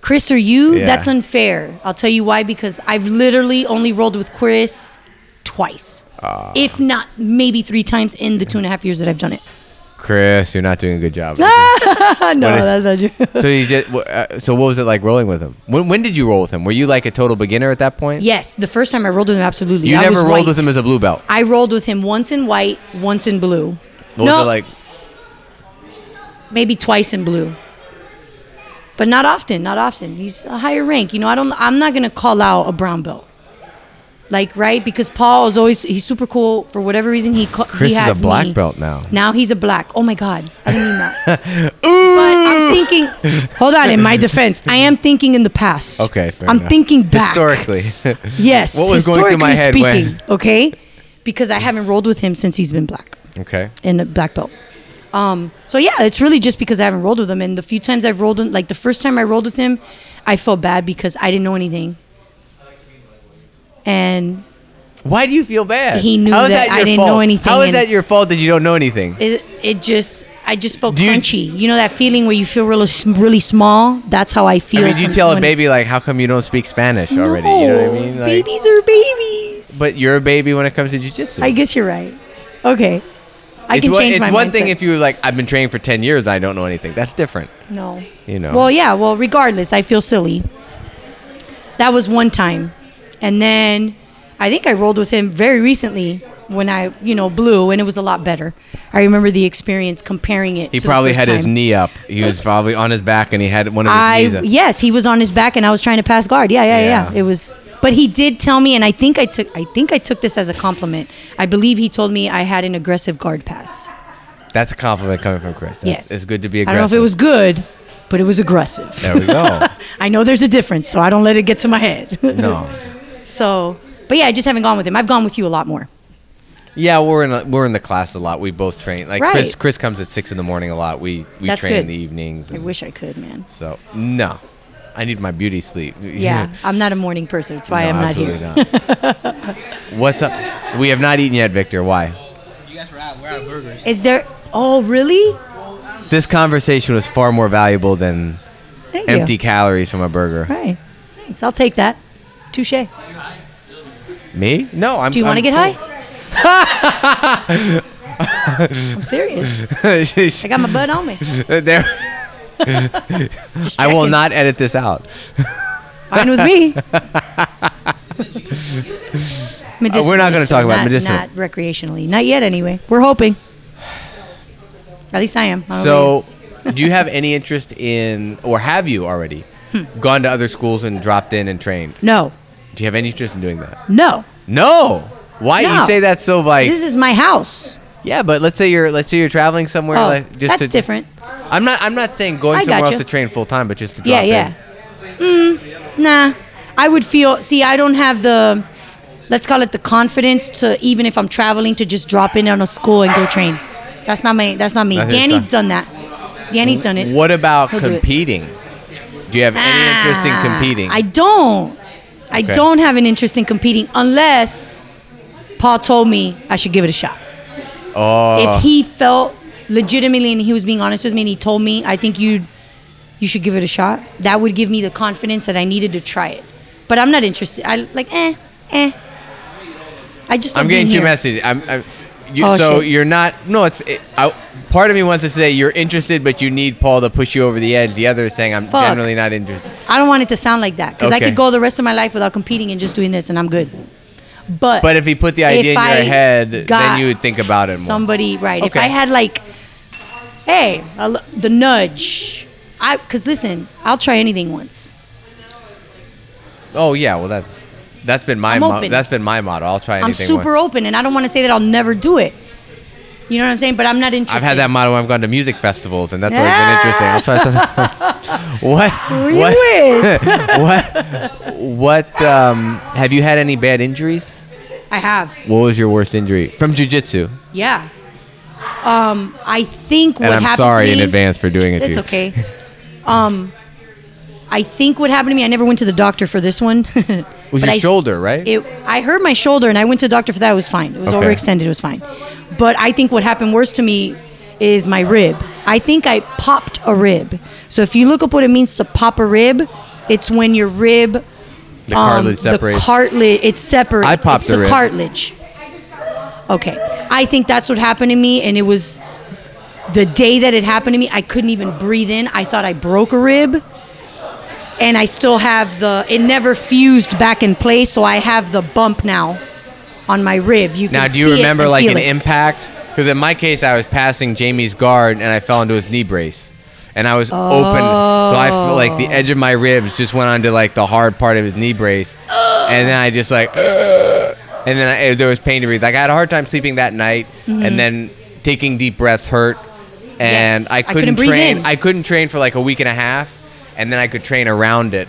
[SPEAKER 1] Chris or you?
[SPEAKER 2] Yeah.
[SPEAKER 1] That's unfair. I'll tell you why because I've literally only rolled with Chris twice,
[SPEAKER 2] Ah.
[SPEAKER 1] if not maybe three times in the two and a half years that I've done it.
[SPEAKER 2] Chris, you're not doing a good job.
[SPEAKER 1] no,
[SPEAKER 2] if-
[SPEAKER 1] that's not true.
[SPEAKER 2] so you just wh- uh, so what was it like rolling with him? When when did you roll with him? Were you like a total beginner at that point?
[SPEAKER 1] yes, the first time I rolled with him, absolutely.
[SPEAKER 2] You
[SPEAKER 1] I
[SPEAKER 2] never
[SPEAKER 1] was
[SPEAKER 2] rolled
[SPEAKER 1] white.
[SPEAKER 2] with him as a blue belt.
[SPEAKER 1] I rolled with him once in white, once in blue.
[SPEAKER 2] What
[SPEAKER 1] no,
[SPEAKER 2] was it like?
[SPEAKER 1] maybe twice in blue. But not often, not often. He's a higher rank. You know, I don't I'm not gonna call out a brown belt. Like, right? Because Paul is always he's super cool. For whatever reason he ca-
[SPEAKER 2] Chris
[SPEAKER 1] he
[SPEAKER 2] is a
[SPEAKER 1] has
[SPEAKER 2] black
[SPEAKER 1] me.
[SPEAKER 2] belt now.
[SPEAKER 1] Now he's a black. Oh my god. I didn't mean that. But I'm thinking hold on, in my defense, I am thinking in the past.
[SPEAKER 2] Okay, fair
[SPEAKER 1] I'm
[SPEAKER 2] enough.
[SPEAKER 1] thinking back.
[SPEAKER 2] Historically,
[SPEAKER 1] Yes.
[SPEAKER 2] What was going
[SPEAKER 1] historically
[SPEAKER 2] through my head when-
[SPEAKER 1] speaking, okay? Because I haven't rolled with him since he's been black
[SPEAKER 2] okay.
[SPEAKER 1] in a black belt. Um, so yeah, it's really just because I haven't rolled with him. And the few times I've rolled, in, like the first time I rolled with him, I felt bad because I didn't know anything, and
[SPEAKER 2] Why do you feel bad?
[SPEAKER 1] He knew
[SPEAKER 2] How is
[SPEAKER 1] that
[SPEAKER 2] your
[SPEAKER 1] I didn't
[SPEAKER 2] fault?
[SPEAKER 1] know anything
[SPEAKER 2] How is
[SPEAKER 1] and-
[SPEAKER 2] that your fault that you don't know anything?
[SPEAKER 1] it it just I just felt
[SPEAKER 2] Do you-
[SPEAKER 1] crunchy. You, know that feeling where you feel really s- really small. That's how I feel.
[SPEAKER 2] I mean, do you
[SPEAKER 1] some-
[SPEAKER 2] tell a
[SPEAKER 1] when-
[SPEAKER 2] baby like, "How come you don't speak Spanish already?" You know what I
[SPEAKER 1] No,
[SPEAKER 2] mean? Like,
[SPEAKER 1] babies are babies.
[SPEAKER 2] But you're a baby when it comes to jujitsu.
[SPEAKER 1] I guess you're right. Okay, I
[SPEAKER 2] it's
[SPEAKER 1] can
[SPEAKER 2] one,
[SPEAKER 1] change
[SPEAKER 2] It's
[SPEAKER 1] my
[SPEAKER 2] one thing
[SPEAKER 1] mindset.
[SPEAKER 2] if you were like, "I've been training for ten years. I don't know anything." That's different.
[SPEAKER 1] No.
[SPEAKER 2] You know.
[SPEAKER 1] Well, yeah. Well, regardless, I feel silly. That was one time, and then I think I rolled with him very recently when I, you know, blew, and it was a lot better. I remember the experience comparing it.
[SPEAKER 2] He
[SPEAKER 1] to the
[SPEAKER 2] probably
[SPEAKER 1] first
[SPEAKER 2] had his
[SPEAKER 1] time.
[SPEAKER 2] knee up. He was probably on his back, and he had one of his knees.
[SPEAKER 1] I
[SPEAKER 2] up.
[SPEAKER 1] yes, he was on his back, and I was trying to pass guard. Yeah, yeah, yeah,
[SPEAKER 2] Yeah.
[SPEAKER 1] It was, but he did tell me, and I think I took, I think I took this as a compliment. I believe he told me I had an aggressive guard pass.
[SPEAKER 2] That's a compliment coming from Chris. That's-
[SPEAKER 1] yes,
[SPEAKER 2] it's good to be aggressive.
[SPEAKER 1] I don't know if it was good, but it was aggressive.
[SPEAKER 2] There we go.
[SPEAKER 1] I know there's a difference, so I don't let it get to my head.
[SPEAKER 2] No.
[SPEAKER 1] So, but yeah, I just haven't gone with him. I've gone with you a lot more.
[SPEAKER 2] Yeah, we're in a, we're in the class a lot. We both train. Like Chris,
[SPEAKER 1] Right.
[SPEAKER 2] Chris comes at six in the morning a lot. We we
[SPEAKER 1] That's
[SPEAKER 2] train in
[SPEAKER 1] good.
[SPEAKER 2] the evenings.
[SPEAKER 1] I
[SPEAKER 2] and-
[SPEAKER 1] wish I could, man.
[SPEAKER 2] So no, I need my beauty sleep.
[SPEAKER 1] Yeah, I'm not a morning person. That's why
[SPEAKER 2] No,
[SPEAKER 1] I'm not here.
[SPEAKER 2] absolutely not. What's up? We have not eaten yet, Victor. Why?
[SPEAKER 5] You guys were out. We're out of burgers.
[SPEAKER 1] Is there? Oh, really?
[SPEAKER 2] This conversation was far more valuable than
[SPEAKER 1] Thank
[SPEAKER 2] empty
[SPEAKER 1] you.
[SPEAKER 2] calories from a burger.
[SPEAKER 1] Right. Thanks. I'll take that. Touche. Do
[SPEAKER 2] Me? No, I'm.
[SPEAKER 1] you want to
[SPEAKER 2] I'm
[SPEAKER 1] get
[SPEAKER 2] cool.
[SPEAKER 1] high? I'm serious. I got my butt on me.
[SPEAKER 2] there. I will
[SPEAKER 1] checking.
[SPEAKER 2] not edit this out.
[SPEAKER 1] Fine with me.
[SPEAKER 2] Uh,
[SPEAKER 1] Medicinally,
[SPEAKER 2] we're not gonna
[SPEAKER 1] sir,
[SPEAKER 2] talk about
[SPEAKER 1] not-
[SPEAKER 2] medicinal.
[SPEAKER 1] Not recreationally. Not yet, anyway. We're hoping. At least I am. I don't know
[SPEAKER 2] So, do you have any interest in, or have you already
[SPEAKER 1] Hmm.
[SPEAKER 2] gone to other schools and dropped in and trained?
[SPEAKER 1] you. No.
[SPEAKER 2] Do you have any interest in doing that?
[SPEAKER 1] No.
[SPEAKER 2] No. Why
[SPEAKER 1] No.
[SPEAKER 2] you say that so like?
[SPEAKER 1] This is my house.
[SPEAKER 2] yeah, but let's say you're let's say you're traveling somewhere.
[SPEAKER 1] Oh,
[SPEAKER 2] like, just
[SPEAKER 1] that's
[SPEAKER 2] to-
[SPEAKER 1] different.
[SPEAKER 2] I'm not I'm not saying going
[SPEAKER 1] I
[SPEAKER 2] somewhere
[SPEAKER 1] gotcha.
[SPEAKER 2] else to train full time, but just to drop
[SPEAKER 1] Yeah,
[SPEAKER 2] in.
[SPEAKER 1] yeah. Mm, nah, I would feel. See, I don't have the. Let's call it the confidence to even if I'm traveling to just drop in on a school and go train. That's not my. That's not me.
[SPEAKER 2] That's his
[SPEAKER 1] Danny's
[SPEAKER 2] style.
[SPEAKER 1] done that. Danny's done it.
[SPEAKER 2] What about
[SPEAKER 1] He'll do it.
[SPEAKER 2] competing? Do you have any interest in
[SPEAKER 1] Ah,
[SPEAKER 2] competing?
[SPEAKER 1] I don't. I
[SPEAKER 2] Okay.
[SPEAKER 1] don't have an interest in competing unless Paul told me I should give it a shot.
[SPEAKER 2] oh,
[SPEAKER 1] if he felt legitimately and he was being honest with me and he told me i think you you should give it a shot that would give me the confidence that i needed to try it but i'm not interested i like eh eh i just
[SPEAKER 2] I'm
[SPEAKER 1] like
[SPEAKER 2] getting
[SPEAKER 1] being
[SPEAKER 2] too
[SPEAKER 1] here.
[SPEAKER 2] messy. I'm, I'm you,
[SPEAKER 1] Oh,
[SPEAKER 2] so
[SPEAKER 1] shit.
[SPEAKER 2] you're not. No, it's. It, I, part of me wants to say you're interested, but you need Paul to push you over the edge. The other is saying I'm
[SPEAKER 1] Fuck.
[SPEAKER 2] generally not interested.
[SPEAKER 1] I don't want it to sound like that because
[SPEAKER 2] Okay.
[SPEAKER 1] I could go the rest of my life without competing and just doing this, and I'm good. But
[SPEAKER 2] But if he put the idea in your
[SPEAKER 1] I
[SPEAKER 2] head, then
[SPEAKER 1] got
[SPEAKER 2] you would think about it more.
[SPEAKER 1] Somebody, right? If
[SPEAKER 2] Okay.
[SPEAKER 1] I had like, hey, I lo- the nudge, I because listen, I'll try anything once.
[SPEAKER 2] Oh yeah, well that's that's been my
[SPEAKER 1] I'm
[SPEAKER 2] mo-
[SPEAKER 1] open.
[SPEAKER 2] that's been my motto. I'll try
[SPEAKER 1] I'm
[SPEAKER 2] anything.
[SPEAKER 1] super
[SPEAKER 2] once.
[SPEAKER 1] open, and I don't want to say that I'll never do it. You know what I'm saying? But I'm not interested.
[SPEAKER 2] I've had that motto. when I've gone to music festivals, and that's always been interesting. I'll try something. what?
[SPEAKER 1] you
[SPEAKER 2] What? what? What? Um, have you had any bad injuries?
[SPEAKER 1] I have.
[SPEAKER 2] What was your worst injury from jujitsu?
[SPEAKER 1] Yeah. Um, I think what
[SPEAKER 2] And I'm
[SPEAKER 1] happened
[SPEAKER 2] sorry
[SPEAKER 1] to
[SPEAKER 2] in
[SPEAKER 1] me,
[SPEAKER 2] advance for doing it. to
[SPEAKER 1] It's
[SPEAKER 2] you.
[SPEAKER 1] okay. Um, I think what happened to me. I never went to the doctor for this one.
[SPEAKER 2] Was
[SPEAKER 1] But
[SPEAKER 2] your
[SPEAKER 1] I-
[SPEAKER 2] shoulder right?
[SPEAKER 1] It. I hurt my shoulder, and I went to the doctor for that. It was fine. It was
[SPEAKER 2] Okay.
[SPEAKER 1] overextended. It was fine. But I think what happened worse to me is my rib. I think I popped a rib. So if you look up what it means to pop a rib, it's when your rib
[SPEAKER 2] the
[SPEAKER 1] um,
[SPEAKER 2] cartilage separates.
[SPEAKER 1] The cartilage, it separates.
[SPEAKER 2] I popped
[SPEAKER 1] it's
[SPEAKER 2] a
[SPEAKER 1] the
[SPEAKER 2] rib.
[SPEAKER 1] cartilage. Okay, I think that's what happened to me, and it was the day that it happened to me. I couldn't even breathe in. I thought I broke a rib, and I still have the. It never fused back in place, so I have the bump now on my rib. You can
[SPEAKER 2] now, do you
[SPEAKER 1] see it
[SPEAKER 2] remember
[SPEAKER 1] and
[SPEAKER 2] like
[SPEAKER 1] feel
[SPEAKER 2] an
[SPEAKER 1] it.
[SPEAKER 2] impact? Because in my case, I was passing Jamie's guard and I fell into his knee brace, and I was open, so I felt like the edge of my ribs just went onto like the hard part of his knee brace, and then I just like, "Ugh," and then I, eh, there was pain to breathe. Like I had a hard time sleeping that night, and then taking deep breaths hurt, and
[SPEAKER 1] Mm-hmm. Yes,
[SPEAKER 2] I
[SPEAKER 1] I
[SPEAKER 2] couldn't,
[SPEAKER 1] couldn't breathe
[SPEAKER 2] train.
[SPEAKER 1] in.
[SPEAKER 2] I couldn't train for like a week and a half, and then I could train around it,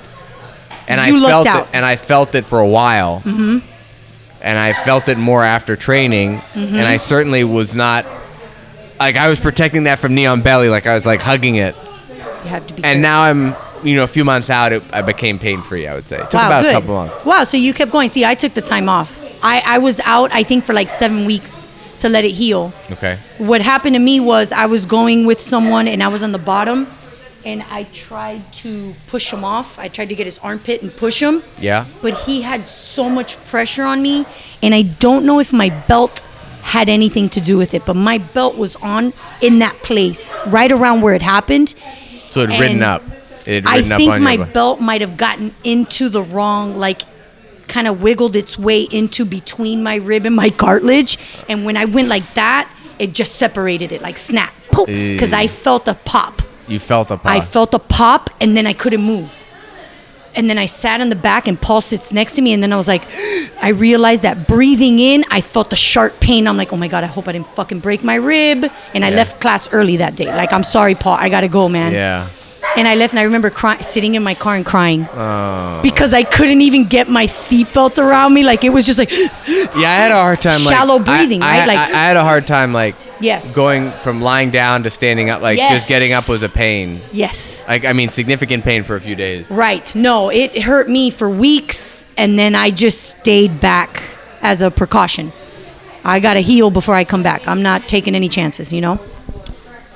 [SPEAKER 2] and
[SPEAKER 1] You
[SPEAKER 2] I
[SPEAKER 1] lucked
[SPEAKER 2] felt
[SPEAKER 1] out. Mm-hmm.
[SPEAKER 2] it, and I felt it for a while and I felt it more after training.
[SPEAKER 1] Mm-hmm.
[SPEAKER 2] And I certainly was not like I was protecting that from neon belly, like I was like hugging it.
[SPEAKER 1] You have to be. careful.
[SPEAKER 2] And now I'm, you know, a few months out, it, I became pain free. I would say it took
[SPEAKER 1] wow,
[SPEAKER 2] about
[SPEAKER 1] good.
[SPEAKER 2] a couple months.
[SPEAKER 1] Wow, so you kept going. See, I took the time off. I I was out. I think for like seven weeks to let it heal.
[SPEAKER 2] Okay.
[SPEAKER 1] what happened to me was I was going with someone and I was on the bottom and I tried to push him off. I tried to get his armpit and push him.
[SPEAKER 2] Yeah.
[SPEAKER 1] But he had so much pressure on me and I don't know if my belt had anything to do with it, but my belt was on in that place, right around where it happened.
[SPEAKER 2] So it had ridden
[SPEAKER 1] And
[SPEAKER 2] up. It had
[SPEAKER 1] I
[SPEAKER 2] ridden up
[SPEAKER 1] think
[SPEAKER 2] on
[SPEAKER 1] my
[SPEAKER 2] you.
[SPEAKER 1] belt might have gotten into the wrong, like, kind of wiggled its way into between my rib and my cartilage. And when I went like that, it just separated it, like snap, poop, because I
[SPEAKER 2] Ew.
[SPEAKER 1] felt a pop.
[SPEAKER 2] you felt a Eh. pop.
[SPEAKER 1] I felt a pop, and then I couldn't move. And then I sat on the back, and Paul sits next to me, and then I was like, I realized that breathing in, I felt the sharp pain. I'm like, oh my god, I hope I didn't fucking break my rib. And I
[SPEAKER 2] Yeah.
[SPEAKER 1] left class early that day. Like, I'm sorry, Paul, I gotta go, man.
[SPEAKER 2] Yeah.
[SPEAKER 1] And I left, and I remember cry- sitting in my car and crying because I couldn't even get my seatbelt around me. Like it was just like,
[SPEAKER 2] Yeah, I had a hard time. Like,
[SPEAKER 1] Shallow breathing,
[SPEAKER 2] I, I,
[SPEAKER 1] right? Like-
[SPEAKER 2] I, I had a hard time like.
[SPEAKER 1] Yes.
[SPEAKER 2] Going from lying down to standing up, like just
[SPEAKER 1] Yes.
[SPEAKER 2] getting up was a pain.
[SPEAKER 1] yes,
[SPEAKER 2] Like I mean, significant pain for a few days.
[SPEAKER 1] right. No, it hurt me for weeks, and then I just stayed back as a precaution. I gotta heal before I come back. I'm not taking any chances, you know.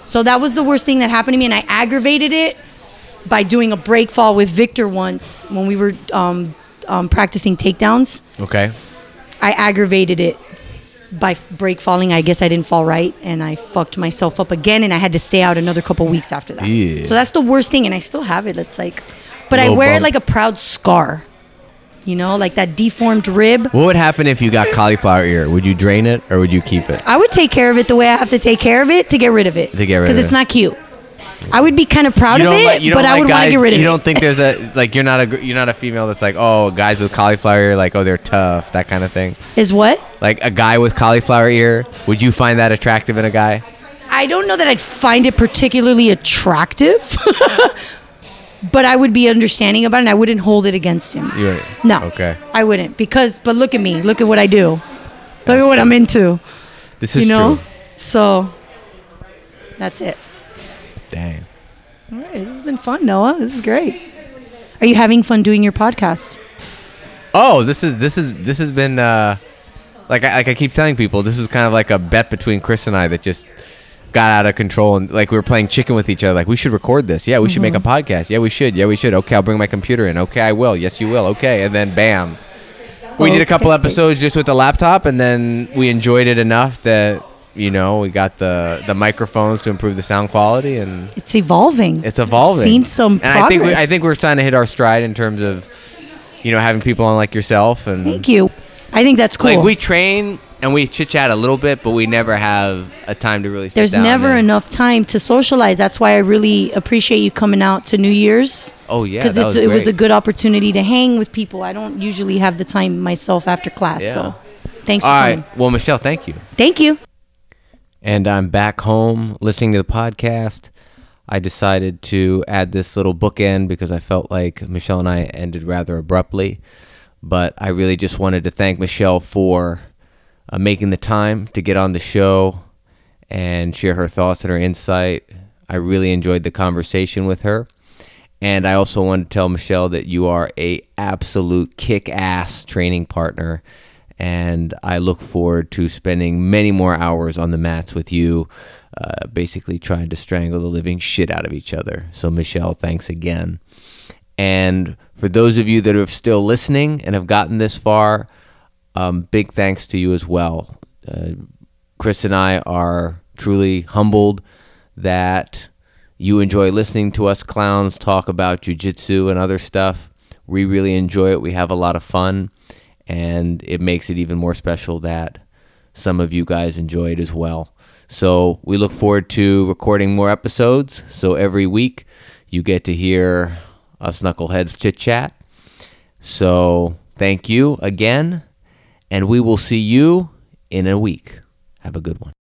[SPEAKER 1] So that was the worst thing that happened to me, and I aggravated it by doing a break fall with Victor once when we were um, um, practicing takedowns.
[SPEAKER 2] Okay.
[SPEAKER 1] I aggravated it by f- break falling. I guess I didn't fall right, and I fucked myself up again, and I had to stay out another couple weeks after that.
[SPEAKER 2] Yeah.
[SPEAKER 1] So that's the worst thing, and I still have it. It's like, but I
[SPEAKER 2] Little
[SPEAKER 1] wear
[SPEAKER 2] bump.
[SPEAKER 1] it like a proud scar, you know, like that deformed rib.
[SPEAKER 2] What would happen if you got cauliflower ear? Would you drain it or would you keep it?
[SPEAKER 1] I would take care of it the way I have to take care of it to get rid of it.
[SPEAKER 2] To get rid
[SPEAKER 1] because
[SPEAKER 2] of
[SPEAKER 1] it's
[SPEAKER 2] it.
[SPEAKER 1] not cute. I would be kind of proud of it,
[SPEAKER 2] you
[SPEAKER 1] but
[SPEAKER 2] don't
[SPEAKER 1] I would want
[SPEAKER 2] guys-
[SPEAKER 1] to get rid of
[SPEAKER 2] You
[SPEAKER 1] it.
[SPEAKER 2] don't think there's a like you're not a gr- you're not a female that's like oh guys with cauliflower ear like oh they're tough that kind of thing.
[SPEAKER 1] is what?
[SPEAKER 2] Like a guy with cauliflower ear, would you find that attractive in a guy?
[SPEAKER 1] I don't know that I'd find it particularly attractive, but I would be understanding about it and I wouldn't hold it against him.
[SPEAKER 2] You wouldn't?
[SPEAKER 1] No.
[SPEAKER 2] Okay.
[SPEAKER 1] I wouldn't because, but look at me. Look at what I do. Look at what I'm into,
[SPEAKER 2] This is
[SPEAKER 1] you know?
[SPEAKER 2] true.
[SPEAKER 1] So that's it.
[SPEAKER 2] Dang.
[SPEAKER 1] All right. This has been fun, Noah. This is great. Are you having fun doing your podcast?
[SPEAKER 2] Oh, this is this is this has been uh like I, like I keep telling people this was kind of like a bet between Chris and I that just got out of control and like we were playing chicken with each other like we should record this. Yeah, we should make a podcast. Yeah, we should. Yeah, we should. Okay, I'll bring my computer in. Okay, I will. Yes, you will. Okay. And then bam. We did a couple
[SPEAKER 1] Okay.
[SPEAKER 2] episodes just with the laptop and then we enjoyed it enough that You know, we got the the microphones to improve the sound quality, and
[SPEAKER 1] It's evolving.
[SPEAKER 2] it's evolving.
[SPEAKER 1] Seen some
[SPEAKER 2] and
[SPEAKER 1] progress.
[SPEAKER 2] I think we, I think we're trying to hit our stride in terms of, you know, having people on like yourself and
[SPEAKER 1] Thank you. I think that's cool.
[SPEAKER 2] like we train and we chit chat a little bit, but we never have a time to really. Sit
[SPEAKER 1] There's
[SPEAKER 2] down
[SPEAKER 1] never
[SPEAKER 2] and-
[SPEAKER 1] enough time to socialize. That's why I really appreciate you coming out to New Year's.
[SPEAKER 2] Oh, yeah,
[SPEAKER 1] because
[SPEAKER 2] that was
[SPEAKER 1] it was
[SPEAKER 2] great.
[SPEAKER 1] a good opportunity to hang with people. I don't usually have the time myself after class,
[SPEAKER 2] Yeah.
[SPEAKER 1] so thanks
[SPEAKER 2] All
[SPEAKER 1] for
[SPEAKER 2] right.
[SPEAKER 1] coming.
[SPEAKER 2] Well, Michelle, thank you.
[SPEAKER 1] Thank you.
[SPEAKER 2] and I'm back home listening to the podcast. I decided to add this little bookend because I felt like Michelle and I ended rather abruptly. But I really just wanted to thank Michelle for uh, making the time to get on the show and share her thoughts and her insight. I really enjoyed the conversation with her. And I also wanted to tell Michelle that you are a absolute kick-ass training partner, and I look forward to spending many more hours on the mats with you, uh, basically trying to strangle the living shit out of each other. So Michelle, thanks again. And for those of you that are still listening and have gotten this far, um, big thanks to you as well. Uh, Chris and I are truly humbled that you enjoy listening to us clowns talk about jujitsu and other stuff. We really enjoy it. We have a lot of fun, and it makes it even more special that some of you guys enjoy it as well. So we look forward to recording more episodes. So every week you get to hear us knuckleheads chit chat. So thank you again, and we will see you in a week. Have a good one.